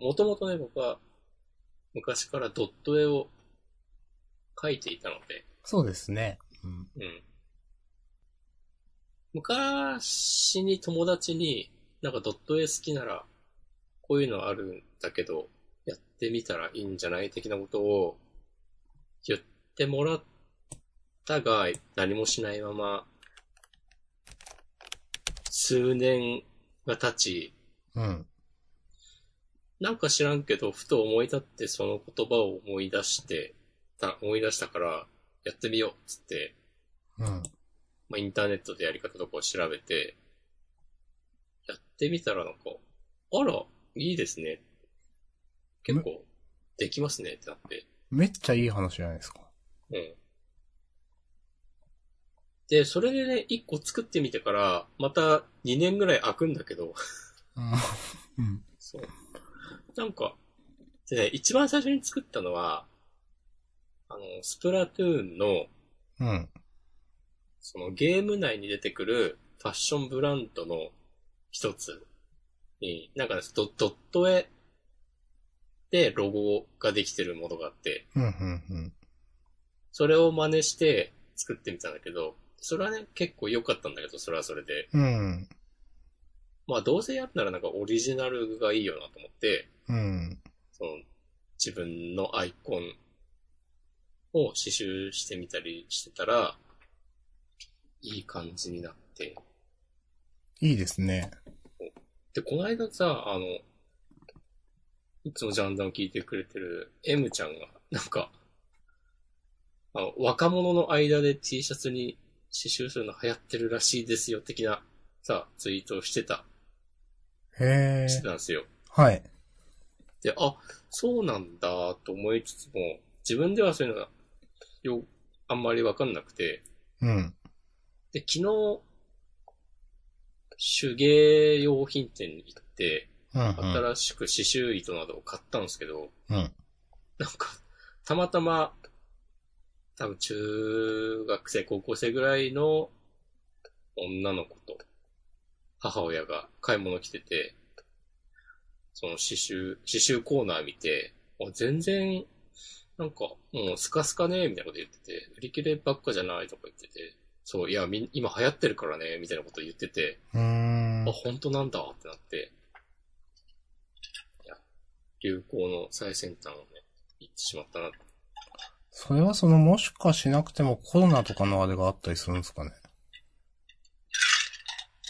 [SPEAKER 1] もともとね、僕は、昔からドット絵を描いていたので、
[SPEAKER 2] そうですね。うん。
[SPEAKER 1] うん。昔に友達に、なんかドット絵好きなら、こういうのあるんだけど、やってみたらいいんじゃない的なことを言ってもらったが、何もしないまま、数年が経ち、
[SPEAKER 2] うん。
[SPEAKER 1] なんか知らんけど、ふと思い立ってその言葉を思い出して、た思い出したから、やってみようっつって、
[SPEAKER 2] うん。
[SPEAKER 1] まあ、インターネットでやり方とかを調べて、やってみたらなんか、あら、いいですね。結構、できますねってなって。
[SPEAKER 2] めっちゃいい話じゃないですか。
[SPEAKER 1] うん。で、それでね、一個作ってみてから、また2年ぐらい空くんだけど、
[SPEAKER 2] うん。
[SPEAKER 1] そう。なんか、でね、一番最初に作ったのは、あの、スプラトゥーンの、
[SPEAKER 2] うん。
[SPEAKER 1] そのゲーム内に出てくるファッションブランドの一つに、なんかねドドット絵でロゴができてるものがあって、
[SPEAKER 2] うん。うん。うん。
[SPEAKER 1] それを真似して作ってみたんだけど、それはね、結構良かったんだけど、それはそれで。
[SPEAKER 2] うん。
[SPEAKER 1] まあ、どうせやるならなんかオリジナルがいいよなと思って、
[SPEAKER 2] うん。
[SPEAKER 1] その、自分のアイコンを刺繍してみたりしてたら、いい感じになって。
[SPEAKER 2] いいですね。
[SPEAKER 1] で、この間さ、あの、いつもジャンダンを聞いてくれてる M ちゃんが、なんか、あの若者の間で T シャツに刺繍するの流行ってるらしいですよ、的な、さ、ツイートをしてた、
[SPEAKER 2] へ
[SPEAKER 1] して
[SPEAKER 2] ー
[SPEAKER 1] たんですよ。
[SPEAKER 2] はい。
[SPEAKER 1] で、あ、そうなんだと思いつつも、自分ではそういうのが、よ、あんまりわかんなくて、
[SPEAKER 2] うん。
[SPEAKER 1] で、昨日、手芸用品店に行って、
[SPEAKER 2] うん、うん。
[SPEAKER 1] 新しく刺繍糸などを買ったんですけど、
[SPEAKER 2] うん。
[SPEAKER 1] なんか、たまたま、多分中学生、高校生ぐらいの女の子と母親が買い物来てて、その刺繍、刺繍コーナー見て、あ全然、なんか、もうスカスカね、みたいなこと言ってて、売り切ればっかじゃないとか言ってて、そう、いや、みん、今流行ってるからね、みたいなこと言ってて、
[SPEAKER 2] うーん
[SPEAKER 1] あ、。本当なんだってなって、いや、流行の最先端をね、行ってしまったな。
[SPEAKER 2] それはその、もしかしなくてもコロナとかのあれがあったりするんですかね。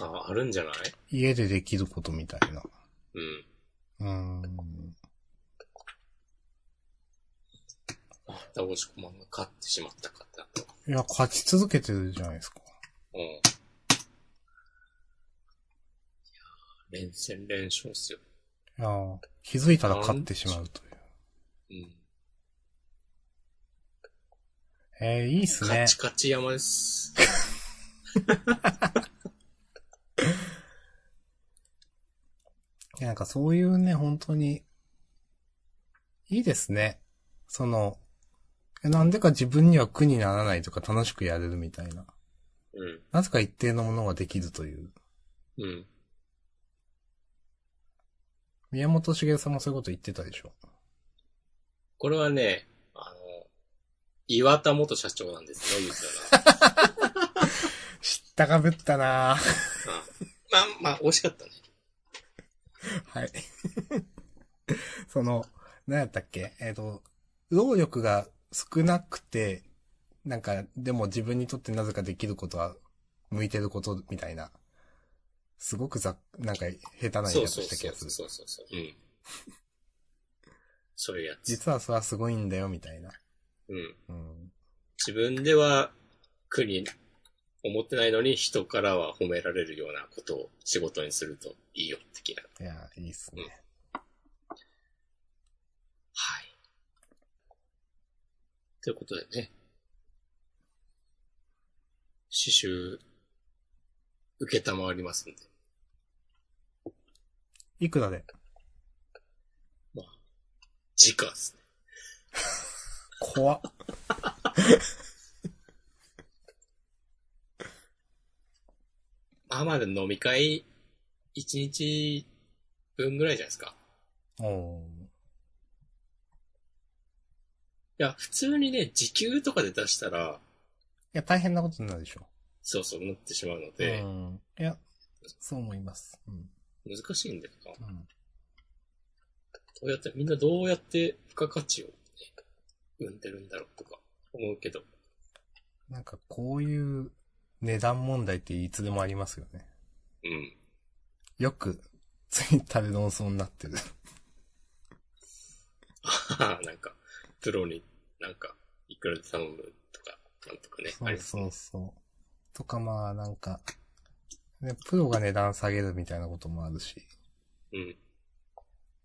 [SPEAKER 1] あ、あるんじゃない
[SPEAKER 2] 家でできることみたいな。
[SPEAKER 1] うん。
[SPEAKER 2] うーん。
[SPEAKER 1] あ、ダゴシコマンが勝ってしまったかってなった。
[SPEAKER 2] いや、勝ち続けてるじゃないですか。
[SPEAKER 1] うん。いやー連戦連勝っすよ。
[SPEAKER 2] いやー気づいたら勝ってしまうという。
[SPEAKER 1] うん。
[SPEAKER 2] えー、いいっす
[SPEAKER 1] カ
[SPEAKER 2] ね。
[SPEAKER 1] チカチ山です。
[SPEAKER 2] いやなんかそういうね、本当に、いいですね。その、えなんでか自分には苦にならないとか楽しくやれるみたいな。
[SPEAKER 1] うん。
[SPEAKER 2] なぜか一定のものができるという。
[SPEAKER 1] うん。
[SPEAKER 2] 宮本茂さんもそういうこと言ってたでしょ。
[SPEAKER 1] これはね、あの、岩田元社長なんですよ、言うたら。
[SPEAKER 2] 知ったかぶったなぁ
[SPEAKER 1] うんまあ、まあ、惜しかったね。
[SPEAKER 2] はい。 その、何やったっけえっ、と、労力が少なくて、なんか、でも自分にとってなぜかできることは、向いてることみたいな。すごくざ、なんか、下手な
[SPEAKER 1] そ
[SPEAKER 2] 言いう方
[SPEAKER 1] そう
[SPEAKER 2] した
[SPEAKER 1] そ
[SPEAKER 2] 気
[SPEAKER 1] う
[SPEAKER 2] がする。
[SPEAKER 1] そうそうそう。うん。 そういうやつ。
[SPEAKER 2] 実はそれはすごいんだよ、みたいな。
[SPEAKER 1] うん。
[SPEAKER 2] うん。
[SPEAKER 1] 自分では苦に思ってないのに人からは褒められるようなことを仕事にするといいよ的な。
[SPEAKER 2] いや、いいっすね。
[SPEAKER 1] はい。ということでね。刺繍、受けたまわりますんで。
[SPEAKER 2] いくらで
[SPEAKER 1] 時価ですね。
[SPEAKER 2] 怖っ。
[SPEAKER 1] あ、まあでも飲み会、1日分ぐらいじゃないですか。
[SPEAKER 2] おー
[SPEAKER 1] いや、普通にね、時給とかで出したら、
[SPEAKER 2] いや、大変なことになるでしょ。
[SPEAKER 1] そうそう、なってしまうの
[SPEAKER 2] う
[SPEAKER 1] で、
[SPEAKER 2] ん。いや、そう思います。うん。
[SPEAKER 1] 難しいんだよな。
[SPEAKER 2] うん
[SPEAKER 1] どうやって、みんなどうやって付加価値を、ね、生んでるんだろうとか思うけど、
[SPEAKER 2] なんかこういう値段問題っていつでもありますよね。
[SPEAKER 1] うん。
[SPEAKER 2] よく、ツイッターで論争になってる。
[SPEAKER 1] なんか、プロになんか、いくらで頼むとか、なんとかね、あ
[SPEAKER 2] そう
[SPEAKER 1] りますね
[SPEAKER 2] そうそう。とかまあなんか、ね、プロが値段下げるみたいなこともあるし。
[SPEAKER 1] うん。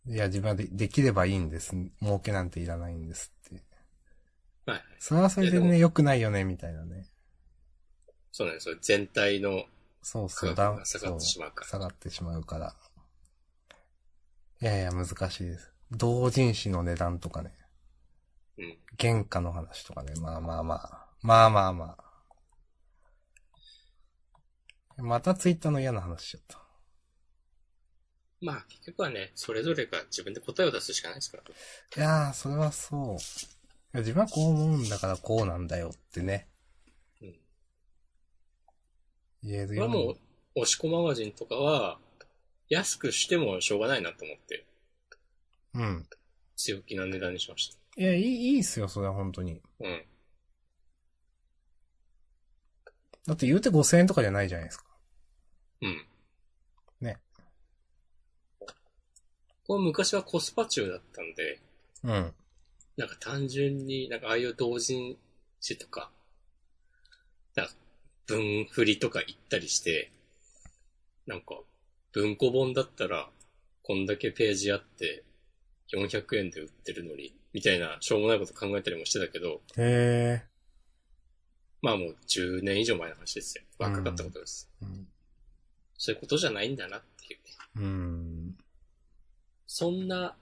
[SPEAKER 2] いや、自分はでできればいいんです。儲けなんていらないんですって。
[SPEAKER 1] はいはい。
[SPEAKER 2] それはそれで
[SPEAKER 1] いやで
[SPEAKER 2] ね、
[SPEAKER 1] も
[SPEAKER 2] 良くないよね、みたいなね。
[SPEAKER 1] そうなんですよ。全体の、
[SPEAKER 2] そうそ
[SPEAKER 1] 価
[SPEAKER 2] う、ダ
[SPEAKER 1] 格
[SPEAKER 2] ウ
[SPEAKER 1] が下がっ
[SPEAKER 2] ン、
[SPEAKER 1] てしまうから
[SPEAKER 2] そ下がってしまうから。いやいや、難しいです。同人誌の値段とかね。
[SPEAKER 1] うん。
[SPEAKER 2] 原価の話とかね。まあまあまあ。まあまあまあ。またツイッターの嫌な話しちゃった。
[SPEAKER 1] まあ、結局はね、それぞれが自分で答えを出すしかないですから。
[SPEAKER 2] いやー、それはそう。いや自分はこう思うんだからこうなんだよってね。
[SPEAKER 1] うん。
[SPEAKER 2] 言える
[SPEAKER 1] これは
[SPEAKER 2] よう
[SPEAKER 1] も
[SPEAKER 2] に。
[SPEAKER 1] う、押し子マガジンとかは、安くしてもしょうがないなと思って、
[SPEAKER 2] うん。
[SPEAKER 1] 強気な値段にしました。
[SPEAKER 2] いや、いい、いいっすよ、それは本当に。
[SPEAKER 1] うん。
[SPEAKER 2] だって言うて5000円とかじゃないじゃないですか。
[SPEAKER 1] うん。
[SPEAKER 2] ね。
[SPEAKER 1] これ昔はコスパ中だったんで、
[SPEAKER 2] うん。
[SPEAKER 1] なんか単純になんかああいう同人誌とか、なんか文振りとか行ったりして、なんか文庫本だったらこんだけページあって400円で売ってるのに、みたいなしょうもないこと考えたりもしてたけど、
[SPEAKER 2] へ
[SPEAKER 1] まあもう10年以上前の話ですよ。若かったことです。
[SPEAKER 2] え。うん。
[SPEAKER 1] そういうことじゃないんだなっていう。
[SPEAKER 2] うん。
[SPEAKER 1] そんな、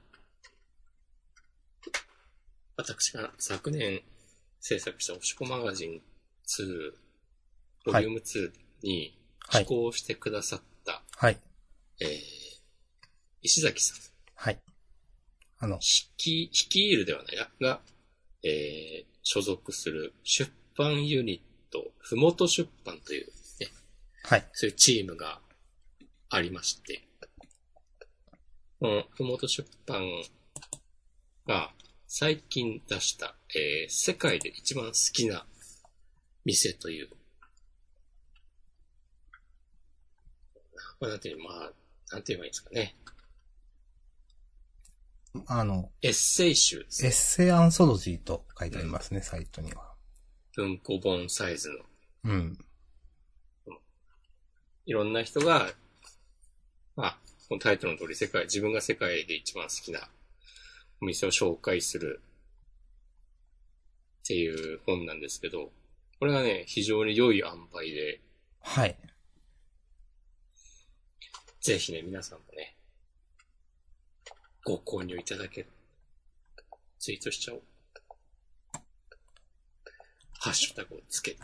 [SPEAKER 1] 私が昨年制作したおしこマガジン2、ボ
[SPEAKER 2] はい
[SPEAKER 1] リューム2に
[SPEAKER 2] は
[SPEAKER 1] 寄
[SPEAKER 2] い。
[SPEAKER 1] 稿してくださった、
[SPEAKER 2] はい。
[SPEAKER 1] えー、石崎さん、
[SPEAKER 2] はい。あの、
[SPEAKER 1] ひき、率いるではないな、が、えー、所属する出版ユニット、ふもと出版という、ね、
[SPEAKER 2] はい。
[SPEAKER 1] そういうチームがありまして、この、ふもと出版が最近出した、えー世界で一番好きな店という、まあ、なんていう、まあ、なんて言えばいいんですかね。
[SPEAKER 2] あの、
[SPEAKER 1] エッセイ集です
[SPEAKER 2] エッセイアンソロジーと書いてありますね、サイトには。
[SPEAKER 1] 文庫本サイズの。
[SPEAKER 2] うん。
[SPEAKER 1] いろんな人が、まあ、このタイトルの通り世界、自分が世界で一番好きなお店を紹介するっていう本なんですけど、これがね、非常に良い塩梅で、
[SPEAKER 2] はい。
[SPEAKER 1] ぜひね、皆さんもね、ご購入いただける。ツイートしちゃおう。ハッシュタグをつけて。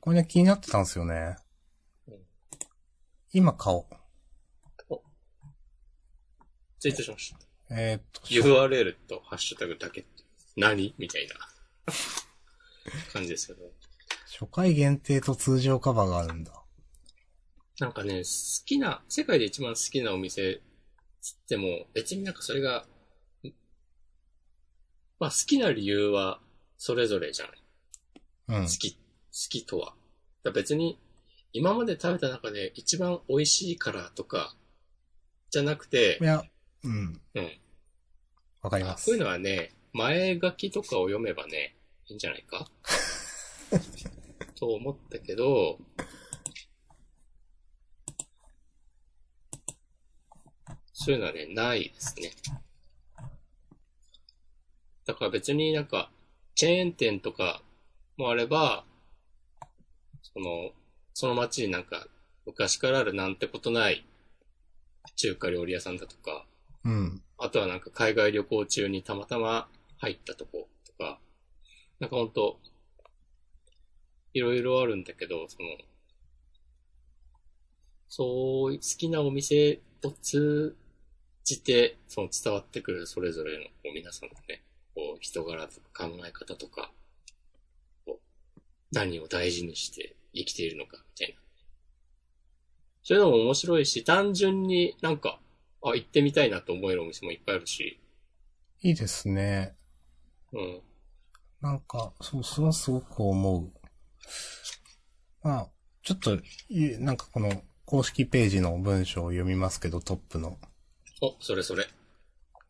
[SPEAKER 2] これね、気になってたんですよね
[SPEAKER 1] うん。
[SPEAKER 2] 今買おう。
[SPEAKER 1] ツイートしました。
[SPEAKER 2] えーっと、しょ
[SPEAKER 1] URL とハッシュタグだけって何みたいな感じですけど。
[SPEAKER 2] 初回限定と通常カバーがあるんだ。
[SPEAKER 1] なんかね、好きな、世界で一番好きなお店つっても、別になんかそれが、んまあ好きな理由はそれぞれじゃない。
[SPEAKER 2] うん
[SPEAKER 1] 好。き、好きとは。だから別に、今まで食べた中で一番美味しいからとか、じゃなくて
[SPEAKER 2] い、や、うん。
[SPEAKER 1] うん。
[SPEAKER 2] わかり
[SPEAKER 1] あ
[SPEAKER 2] ま
[SPEAKER 1] こ
[SPEAKER 2] す。
[SPEAKER 1] ういうのはね、前書きとかを読めばね、いいんじゃない かと思ったけど、そういうのはね、ないですね。だから別になんか、チェーン店とかもあれば、その、その街になんか、昔からあるなんてことない中華料理屋さんだとか、
[SPEAKER 2] うん。
[SPEAKER 1] あとはなんか海外旅行中にたまたま入ったとことか、なんかほんと、いろいろあるんだけど、その、そういう好きなお店を通じて、その伝わってくるそれぞれのこう皆さんのね、こう人柄とか考え方とか、こう何を大事にして生きているのかみたいな。そういうのも面白いし、単純になんか、あ、行ってみたいなと思えるお店もいっぱいあるし、
[SPEAKER 2] いいですね。
[SPEAKER 1] うん。
[SPEAKER 2] なんか、そう、それはすごく思う。まあ、ちょっと、いなんかこの、公式ページの文章を読みますけど、トップの。
[SPEAKER 1] お、それそれ。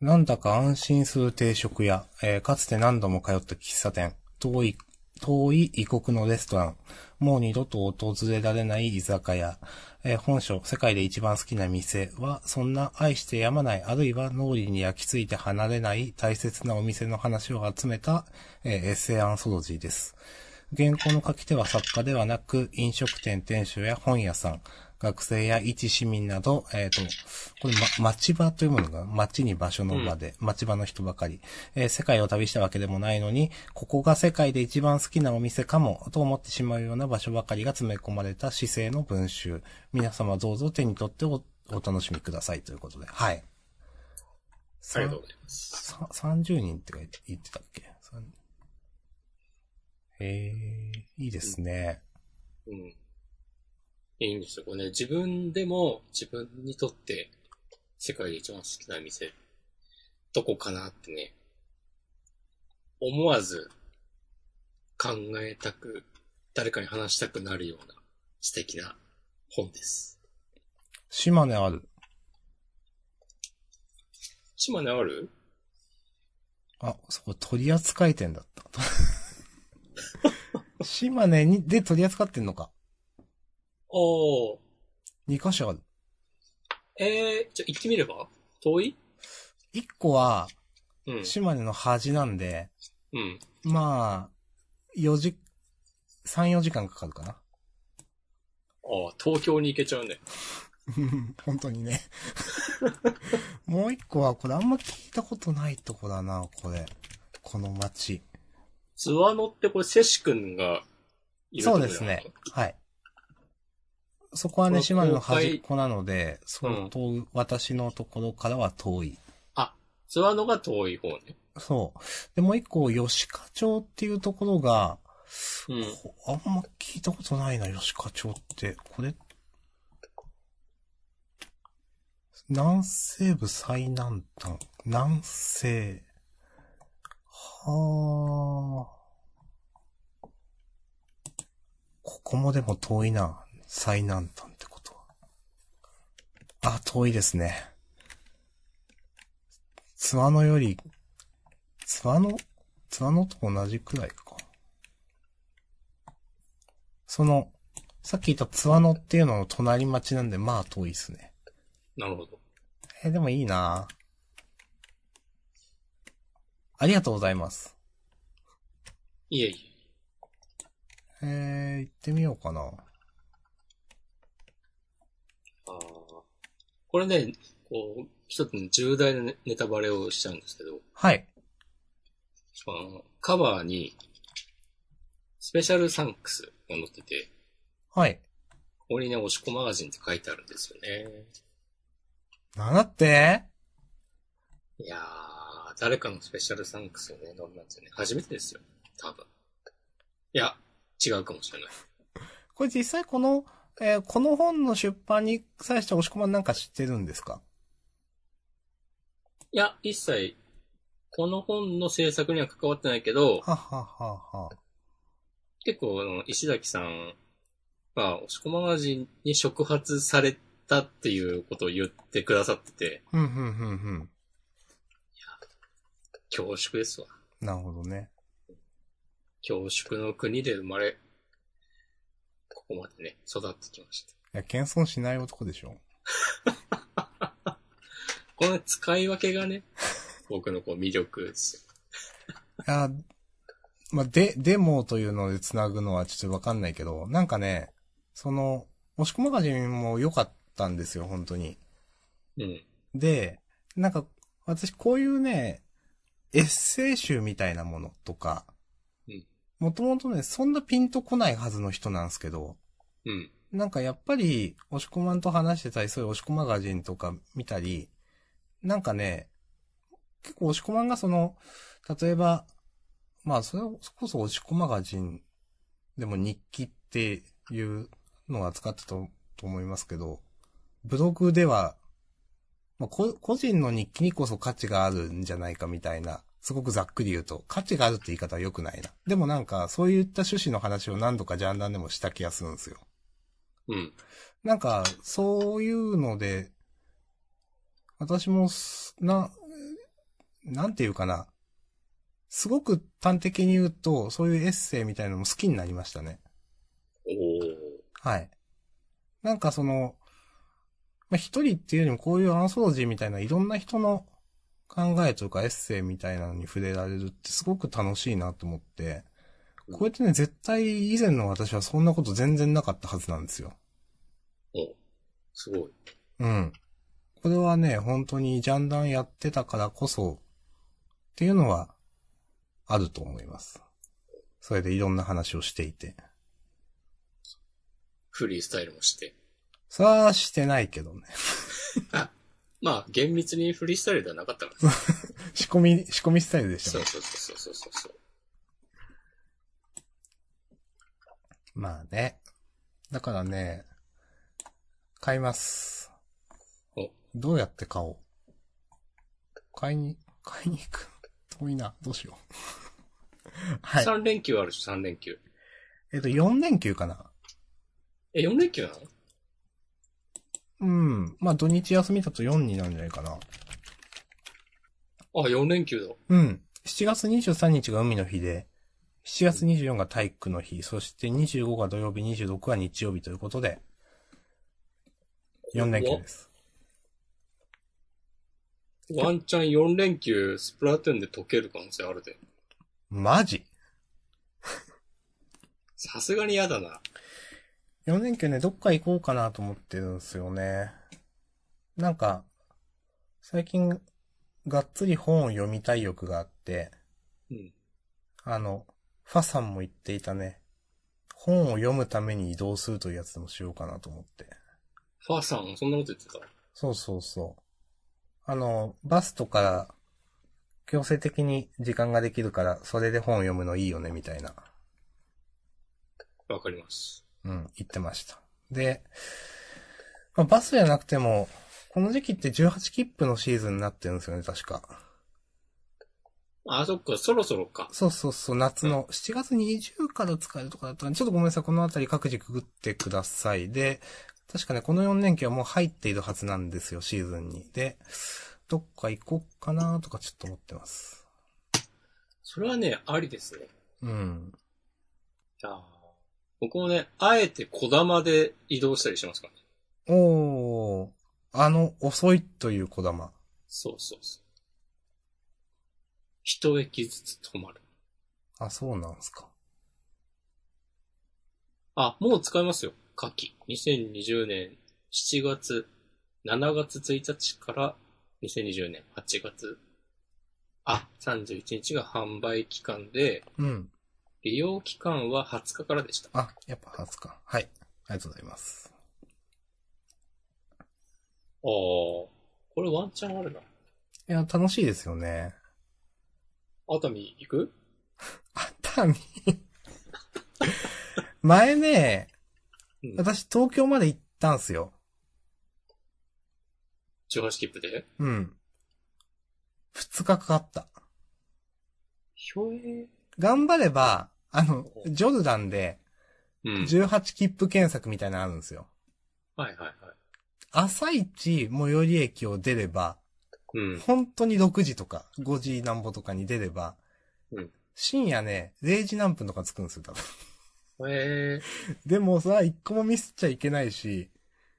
[SPEAKER 2] なんだか安心する定食屋、えーかつて何度も通った喫茶店、遠い、遠い異国のレストラン、もう二度と訪れられない居酒屋、えー本書、世界で一番好きな店は、そんな愛してやまない、あるいは脳裏に焼き付いて離れない大切なお店の話を集めた、えーエッセイアンソロジーです。原稿の書き手は作家ではなく、飲食店店主や本屋さん、学生や一市民など、えっ、と、これ、ま、町場というものが、町に場所の場で、町場の人ばかり、えー世界を旅したわけでもないのに、ここが世界で一番好きなお店かも、と思ってしまうような場所ばかりが詰め込まれた姿勢の文集。皆様どうぞ手に取ってお、お楽しみくださいということで、は
[SPEAKER 1] あ
[SPEAKER 2] い。
[SPEAKER 1] りがとうございます。
[SPEAKER 2] さ30人って書いて言ってたっけさんへえ、いいですね。
[SPEAKER 1] うん。いいんですよ。これね、自分でも自分にとって世界で一番好きな店、どこかなってね、思わず考えたく、誰かに話したくなるような素敵な本です。
[SPEAKER 2] 島根ある。
[SPEAKER 1] 島根ある
[SPEAKER 2] あ、そこ取り扱い店だった。 島根に、で取り扱ってんのか。
[SPEAKER 1] おー。
[SPEAKER 2] 2箇所ある。
[SPEAKER 1] えー、じゃあ行ってみれば遠い
[SPEAKER 2] 1個は、
[SPEAKER 1] うん。
[SPEAKER 2] 島根の端なんで、
[SPEAKER 1] うん。
[SPEAKER 2] まあ、4時、3、4時間かかるかな。
[SPEAKER 1] ああ、東京に行けちゃうね。
[SPEAKER 2] 本当にね。 もう一個は、これあんま聞いたことないとこだな、これ。この街。
[SPEAKER 1] 津和野ってこれ、セシ君がいると
[SPEAKER 2] そ
[SPEAKER 1] こ
[SPEAKER 2] う
[SPEAKER 1] だ
[SPEAKER 2] で
[SPEAKER 1] よ
[SPEAKER 2] すね。はい。そこはね、
[SPEAKER 1] この
[SPEAKER 2] 島根の
[SPEAKER 1] 公開
[SPEAKER 2] 端っこなので、相当私のところからは遠い。
[SPEAKER 1] 津和野が遠い方ね。
[SPEAKER 2] そう。で、もう一個、吉賀町っていうところが、
[SPEAKER 1] うん。
[SPEAKER 2] こあんま聞いたことないな、吉川町って。これ、南西部最南端。南西。はあ。ここもでも遠いな。最南端ってことは。あ、遠いですね。津和野より、津和野、津和野と同じくらいか。その、さっき言った津和野っていうのの隣町なんで、まあ遠いですね。
[SPEAKER 1] なるほど。
[SPEAKER 2] えーでもいいなぁありがとうございます。
[SPEAKER 1] いえいえ。
[SPEAKER 2] えー、行ってみようかな。
[SPEAKER 1] あーこれね、こう、一つの重大なネネタバレをしちゃうんですけど、
[SPEAKER 2] はい。
[SPEAKER 1] あのカバーに、スペシャルサンクスが載ってて、
[SPEAKER 2] はい。
[SPEAKER 1] ここにね、押し子マガジンって書いてあるんですよね。
[SPEAKER 2] なんだって
[SPEAKER 1] いやー、誰かのスペシャルサンクスをね、飲んだんですよね。初めてですよ。多分。いや、違うかもしれない。
[SPEAKER 2] これ実際この、えーこの本の出版に際して押し込まんなんか知ってるんですか
[SPEAKER 1] いや、一切、この本の制作には関わってないけど、
[SPEAKER 2] はははは
[SPEAKER 1] 結構、あの、石崎さんが、押し込まマガジンに触発されたっていうことを言ってくださってて、
[SPEAKER 2] うん、うん、うん、うん。
[SPEAKER 1] 恐縮ですわ。
[SPEAKER 2] なるほどね。
[SPEAKER 1] 恐縮の国で生まれ、ここまでね、育ってきました。
[SPEAKER 2] いや、謙遜しない男でしょ。
[SPEAKER 1] この使い分けがね、僕のこう魅力ですよ。
[SPEAKER 2] いや、まあ、で、デモというので繋ぐのはちょっとわかんないけど、なんかね、その、押し込マガジンも良かったんですよ、本当に。
[SPEAKER 1] うん。
[SPEAKER 2] で、なんか、私こういうね、エッセイ集みたいなものとか
[SPEAKER 1] うん、
[SPEAKER 2] もともとね、そんなピンとこないはずの人なんですけど、
[SPEAKER 1] うん。
[SPEAKER 2] なんかやっぱり、押し込まんと話してたり、そういう押し込マガジンとか見たり、なんかね、結構押し込まんがその、例えば、まあそれこそ押し込マガジンでも日記っていうのは使ってたと思いますけど、ブログでは、まあこ個人の日記にこそ価値があるんじゃないかみたいな、すごくざっくり言うと、価値があるって言い方は良くないな。でもなんか、そういった趣旨の話を何度かジャンダンでもした気がするんですよ。
[SPEAKER 1] うん。
[SPEAKER 2] なんか、そういうので、私もす、な、なんていうかな。すごく端的に言うと、そういうエッセイみたいなのも好きになりましたね。
[SPEAKER 1] おー。
[SPEAKER 2] はい。なんかその、まあ、一人っていうよりもこういうアンソロジーみたいないろんな人の考えというかエッセイみたいなのに触れられるってすごく楽しいなと思って、こうやってね、絶対以前の私はそんなこと全然なかったはずなんですよ。
[SPEAKER 1] おすごい。
[SPEAKER 2] うん。これはね、本当にジャンダンやってたからこそ、っていうのは、あると思います。それでいろんな話をしていて。
[SPEAKER 1] フリースタイルもして。
[SPEAKER 2] それはしてないけどね。
[SPEAKER 1] まあ、厳密にフリースタイルではなかったからね。
[SPEAKER 2] 仕込み、仕込みスタイルでした
[SPEAKER 1] そう
[SPEAKER 2] ね。
[SPEAKER 1] そうそうそうそうそう。
[SPEAKER 2] まあね。だからね、買います
[SPEAKER 1] お。
[SPEAKER 2] どうやって買おう 買いに、買いに行く。遠いな。どうしよう。 はい。
[SPEAKER 1] 3連休あるでしょ、3連休。
[SPEAKER 2] えっと、4連休かな。
[SPEAKER 1] え、4連休なの
[SPEAKER 2] うん。まあ、土日休みだと4になるんじゃないかな。
[SPEAKER 1] あ、4連休だ。
[SPEAKER 2] うん。7月23日が海の日で、7月24が体育の日、そして25が土曜日、26が日曜日ということで、4連休です。
[SPEAKER 1] ワンチャン4連休、スプラトゥーンで解ける可能性あるで。
[SPEAKER 2] マジ
[SPEAKER 1] さすがに嫌だな。
[SPEAKER 2] ?4 連休ね、どっか行こうかなと思ってるんですよね。なんか、最近、がっつり本を読みたい欲があって、
[SPEAKER 1] うん。
[SPEAKER 2] あの、ファさんも言っていたね、本を読むために移動するというやつでもしようかなと思って。
[SPEAKER 1] ファーさん、そんなこと言ってた。
[SPEAKER 2] そうそうそう。あの、バスとか、強制的に時間ができるから、それで本を読むのいいよね、みたいな。
[SPEAKER 1] わかります。
[SPEAKER 2] うん、言ってました。で、まあ、バスじゃなくても、この時期って18切符のシーズンになってるんですよね、確か。
[SPEAKER 1] あ、そっか、そろそろか。
[SPEAKER 2] そうそうそう、夏の7月20から使えるとかだったんで、ちょっとごめんなさい、このあたり各自くぐってください。で、確かね、この4連休はもう入っているはずなんですよ、シーズンに。で、どっか行こうかなとかちょっと思ってます。
[SPEAKER 1] それはね、ありですね。
[SPEAKER 2] うん。
[SPEAKER 1] じゃあ、僕もね、あえて小玉で移動したりしますからね。
[SPEAKER 2] おー、あの、遅いという小玉。
[SPEAKER 1] そうそうそう。一駅ずつ止まる。
[SPEAKER 2] あ、そうなんすか。
[SPEAKER 1] あ、もう使いますよ。夏季。2020年7月、7月1日から2020年8月、あ、31日が販売期間で、
[SPEAKER 2] うん。
[SPEAKER 1] 利用期間は20日からでした。
[SPEAKER 2] あ、やっぱ初か。はい。ありがとうございます。
[SPEAKER 1] ああ、これワンチャンあるな。
[SPEAKER 2] いや、楽しいですよね。
[SPEAKER 1] 熱海行く
[SPEAKER 2] 熱海 前ね
[SPEAKER 1] うん、
[SPEAKER 2] 私東京まで行ったんすよ。
[SPEAKER 1] ?18 切符で
[SPEAKER 2] うん。二日かかった。
[SPEAKER 1] ひょえ
[SPEAKER 2] 頑張れば、あの、ジョルダンで
[SPEAKER 1] ー。うん。
[SPEAKER 2] 18切符検索みたいなのあるんですよ。
[SPEAKER 1] はいはいはい。
[SPEAKER 2] 朝一最寄り駅を出れば、
[SPEAKER 1] うん。
[SPEAKER 2] 本当に6時とか、5時なんぼとかに出れば、
[SPEAKER 1] うん
[SPEAKER 2] 深夜ね、0時何分とか着くんですよ、多分。
[SPEAKER 1] ええー。
[SPEAKER 2] でもさ、一個もミスっちゃいけないし、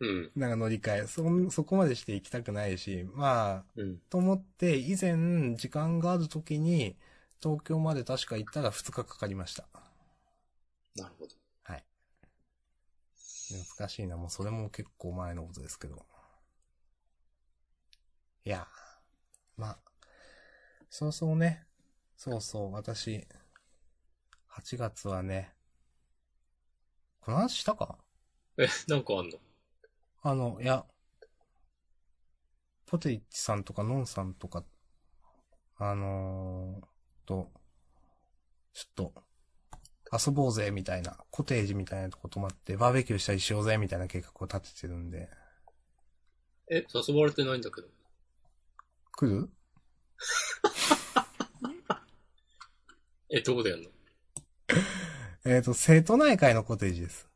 [SPEAKER 1] うん。
[SPEAKER 2] なんか乗り換え、そん、そこまでして行きたくないし、まあ、
[SPEAKER 1] うん。
[SPEAKER 2] と思って、以前、時間がある時に、東京まで確か行ったら2日かかりました。
[SPEAKER 1] なるほど。
[SPEAKER 2] 難しいな、もうそれも結構前のことですけど。いやー、まあ、そうそうね、そうそう、私、8月はね、この話したか
[SPEAKER 1] え、なんかあんの
[SPEAKER 2] あの、いや、ポテイチさんとかノンさんとか、あのー、と、ちょっと、遊ぼうぜ、みたいな、コテージみたいなとこ泊まって、バーベキューしたりしようぜ、みたいな計画を立ててるんで。
[SPEAKER 1] え、誘われてないんだけど。
[SPEAKER 2] 来る
[SPEAKER 1] え、どこでやんの
[SPEAKER 2] えっ、と、瀬戸内海のコテージです。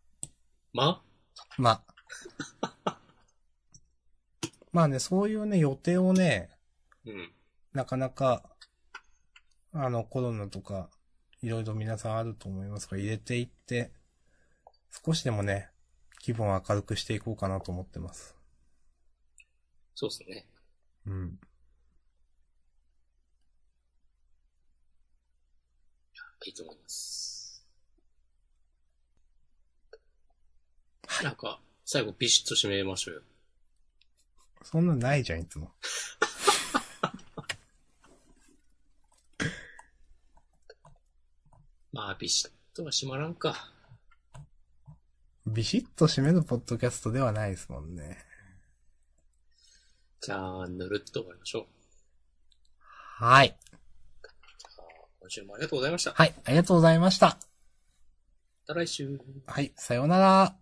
[SPEAKER 1] ま
[SPEAKER 2] まあ。 まあね、そういうね、予定をね、
[SPEAKER 1] うん。
[SPEAKER 2] なかなか、あの、コロナとか、いろいろ皆さんあると思いますが、入れていって、少しでもね、気分を明るくしていこうかなと思ってます。
[SPEAKER 1] そうっすね。
[SPEAKER 2] うん。
[SPEAKER 1] いいと思います。なんか、最後ビシッと締めましょうよ。
[SPEAKER 2] そんなのないじゃん、いつも。
[SPEAKER 1] まあ、ビシッとは締まらんか。
[SPEAKER 2] ビシッと締めるポッドキャストではないですもんね。
[SPEAKER 1] じゃあ、ぬるっと終わりましょう。
[SPEAKER 2] はい。
[SPEAKER 1] 今週もありがとうございました。ま
[SPEAKER 2] はい、ありがとうございました。
[SPEAKER 1] た来週。
[SPEAKER 2] はい、さようなら。